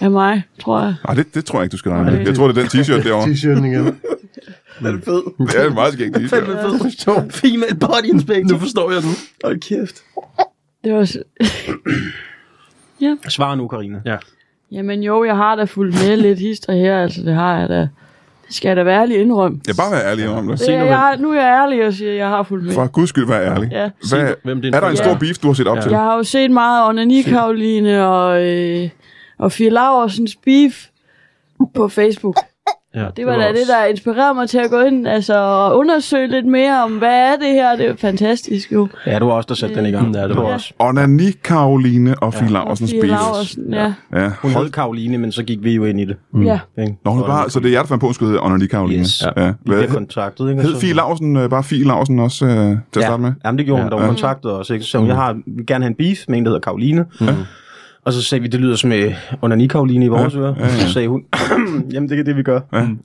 Speaker 2: af mig, tror jeg.
Speaker 5: Nej, det, det tror jeg ikke, du skal regne med.
Speaker 2: Nej.
Speaker 5: Jeg tror, det er den t-shirt derovre.
Speaker 6: T-shirten igen.
Speaker 3: Den er fed.
Speaker 5: Det er en meget skæg t-shirt.
Speaker 3: Fandme fed. Female body inspector.
Speaker 4: Nu forstår jeg den.
Speaker 3: Hold kæft.
Speaker 2: Det var s-
Speaker 3: Svar nu, Karina.
Speaker 4: Ja.
Speaker 2: Jamen jo, jeg har da fulgt med lidt hister her, altså det har jeg da. Det skal jeg da være ærlig indrømme.
Speaker 5: Jeg bare være ærlig om det.
Speaker 2: Det, jeg, jeg, har- nu er jeg ærlig og siger, at jeg har fulgt med.
Speaker 5: For guds skyld, vær ærlig.
Speaker 2: Ja.
Speaker 5: Hvad,
Speaker 4: Se, hvem det er,
Speaker 5: er der en stor
Speaker 2: Ja.
Speaker 5: beef, du har set op
Speaker 4: Ja.
Speaker 5: til?
Speaker 2: Jeg har jo set meget af Onani Karoline og, øh, og Fie Laursens beef på Facebook.
Speaker 4: ja
Speaker 2: Det var da det, der inspirerede mig til at gå ind altså, og undersøge lidt mere om, hvad er det her? Det er jo fantastisk jo.
Speaker 3: Ja, du var også, der satte den i gang.
Speaker 4: Ja, det var også.
Speaker 5: Onani, Karoline og Fie Laursens
Speaker 2: Fie
Speaker 5: beef.
Speaker 2: Laursen, ja.
Speaker 5: Ja.
Speaker 3: Hun hed Karoline, men så gik vi jo ind i det.
Speaker 2: Mm. ja.
Speaker 3: Ikke?
Speaker 5: Nå, hun er bare, så det er jer, der fandt på, at hun skulle hedde Onani, Karoline.
Speaker 3: Yes.
Speaker 5: Ja.
Speaker 3: Vi
Speaker 5: Hvad,
Speaker 3: bliver kontaktet, ikke? Og
Speaker 5: hed
Speaker 3: så-
Speaker 5: Fie Lausen øh, bare Fie Lausen også øh, til at starte med?
Speaker 3: Jamen det gjorde hun, da hun kontaktede os. Ikke? Så sagde hun, jeg har, vil gerne have en beef med en, der hedder Karoline. Og så sagde vi, det lyder som øh, onani Karoline i vores ører.
Speaker 5: ja, ja.
Speaker 3: Så sagde hun, jamen det er det, vi gør.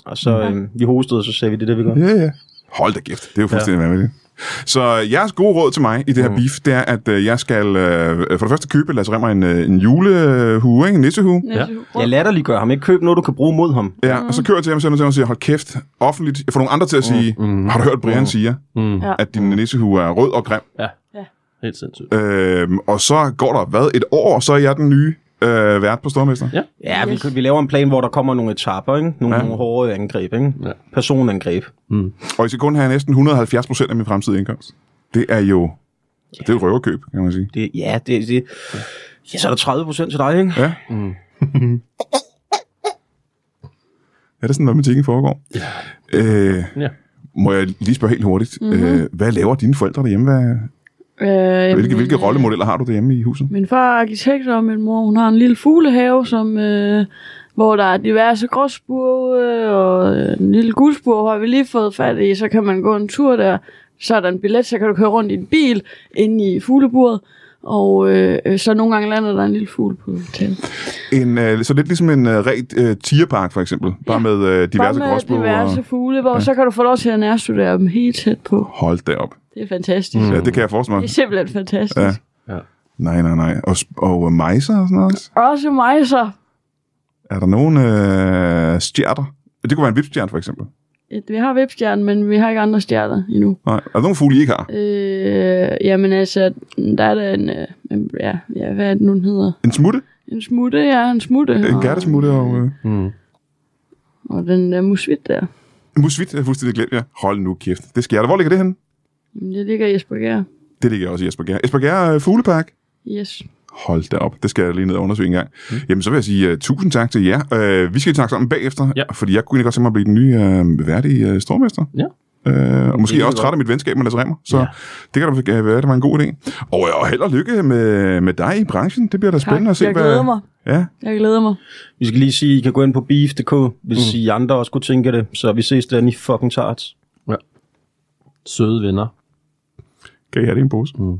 Speaker 3: Og så øh, vi hostede, og så sagde vi, det er det, vi gør.
Speaker 5: Ja, ja. Hold da gift, det er jo fuldstændig ja. vanvittigt. Så jeres gode råd til mig i
Speaker 4: Mm.
Speaker 5: det her beef, det er, at øh, jeg skal øh, for det første købe, lad os remme en, øh, en julehue, ikke? en nissehue.
Speaker 2: Næste
Speaker 3: Jeg
Speaker 2: rundt.
Speaker 3: latterliggør ham. Ikke køb noget, du kan bruge mod ham.
Speaker 5: Ja, og så kører jeg til ham og sender til ham og siger, hold kæft, offentligt. Jeg får nogle andre til at sige, har du hørt Brian siger,
Speaker 4: Mm.
Speaker 2: Ja.
Speaker 5: at din nissehue er rød og grim?
Speaker 4: Ja.
Speaker 2: Ja.
Speaker 4: Helt sindssygt.
Speaker 5: Øhm, og så går der, hvad, et år, og så er jeg den nye øh, vært på Stormester.
Speaker 4: Ja.
Speaker 3: Ja, vi,
Speaker 2: Yes.
Speaker 3: vi laver en plan, hvor der kommer nogle etapper. Ikke? Nogle,
Speaker 5: Ja.
Speaker 3: ja. nogle hårde angreb. Ikke?
Speaker 4: Ja.
Speaker 3: Personangreb.
Speaker 5: Og I skal kun have næsten 170 procent af min fremtidige indkomst. Det er jo... Det er jo et røverkøb, kan man sige.
Speaker 3: Det, ja, det, det, ja, så er der 30 procent til dig, ikke?
Speaker 5: Ja. Mm. er det sådan, matematikken foregår? Ja. Øh,
Speaker 4: Ja.
Speaker 5: må jeg lige spørge helt hurtigt.
Speaker 2: Mhm.
Speaker 5: Mm-hmm. Øh, hvad laver dine forældre derhjemme? Hvad,
Speaker 2: Øh,
Speaker 5: hvilke,
Speaker 2: min,
Speaker 5: hvilke
Speaker 2: øh,
Speaker 5: rollemodeller har du derhjemme i huset?
Speaker 2: Min far er arkitekt, og min mor hun har en lille fuglehave, som, øh, hvor der er diverse gråspurve og øh, en lille guldspurve har vi lige fået fat i. Så kan man gå en tur der. Så er der en billet, så kan du køre rundt i en bil inde i fugleburet. Og øh, øh, så nogle gange lander der en lille fugl på tænden.
Speaker 5: En, øh, så lidt ligesom en øh, ret øh, tierpark, for eksempel. Bare ja. med øh, diverse
Speaker 2: Bare med
Speaker 5: gråsbog.
Speaker 2: diverse
Speaker 5: Og...
Speaker 2: fugle, hvor ja. så kan du få lov til at nærstudere dem helt tæt på.
Speaker 5: Hold da op.
Speaker 2: Det er fantastisk.
Speaker 5: Mm.
Speaker 2: Mm.
Speaker 5: Ja, det kan jeg forestille
Speaker 2: Det er
Speaker 5: mig.
Speaker 2: simpelthen fantastisk.
Speaker 5: Ja.
Speaker 2: Ja.
Speaker 5: Nej, nej, nej. Og, sp- og øh, mejser og sådan noget også?
Speaker 2: Også mig så.
Speaker 5: Er der nogen øh, stjerter? Det kunne være en vipstjert, for eksempel.
Speaker 2: Ja, Vi har vipstjernen, men vi har ikke andre stjerner endnu.
Speaker 5: Nej. Er der nogen fugle, I ikke har?
Speaker 2: Øh, jamen altså, der er da en, øh, en ja, ja, hvad er det nu, den hedder?
Speaker 5: En smutte?
Speaker 2: En smutte, ja, en smutte.
Speaker 5: En gærtesmutte og... Øh...
Speaker 4: Mm.
Speaker 2: Og den der musvit der.
Speaker 5: Musvit er fuldstændig glemt, ja. Hold nu kæft. Det sker der. Hvor ligger det henne?
Speaker 2: Jamen, Det ligger i Esbjerg.
Speaker 5: Det ligger også i Esbjerg. Esbjerg øh, Fuglepark.
Speaker 2: Yes.
Speaker 5: Hold da op. Det skal jeg lige ned og undersøge en gang. Mm. Jamen, så vil jeg sige uh, tusind tak til jer. Uh, vi skal snakke sammen bagefter,
Speaker 4: Ja.
Speaker 5: fordi jeg kunne egentlig godt tænke mig at blive den nye uh, værdige uh, stormester.
Speaker 4: Ja.
Speaker 5: Uh, og
Speaker 3: Det
Speaker 5: måske
Speaker 3: er godt.
Speaker 5: også træt af mit venskab med Lasse Remmer. Så
Speaker 4: Ja.
Speaker 5: det kan da uh, være, det var en god idé. Og, uh, og held og lykke med, med dig i branchen. Det bliver da spændende at se,
Speaker 2: Jeg glæder mig.
Speaker 5: Ja,
Speaker 2: Jeg glæder mig.
Speaker 3: Vi skal lige sige, I kan gå ind på beef.dk, hvis mm. I andre også kunne tænke det. Så vi ses derinde i fucking tarts.
Speaker 4: Søde venner.
Speaker 5: kan I have det i en pose? Mm.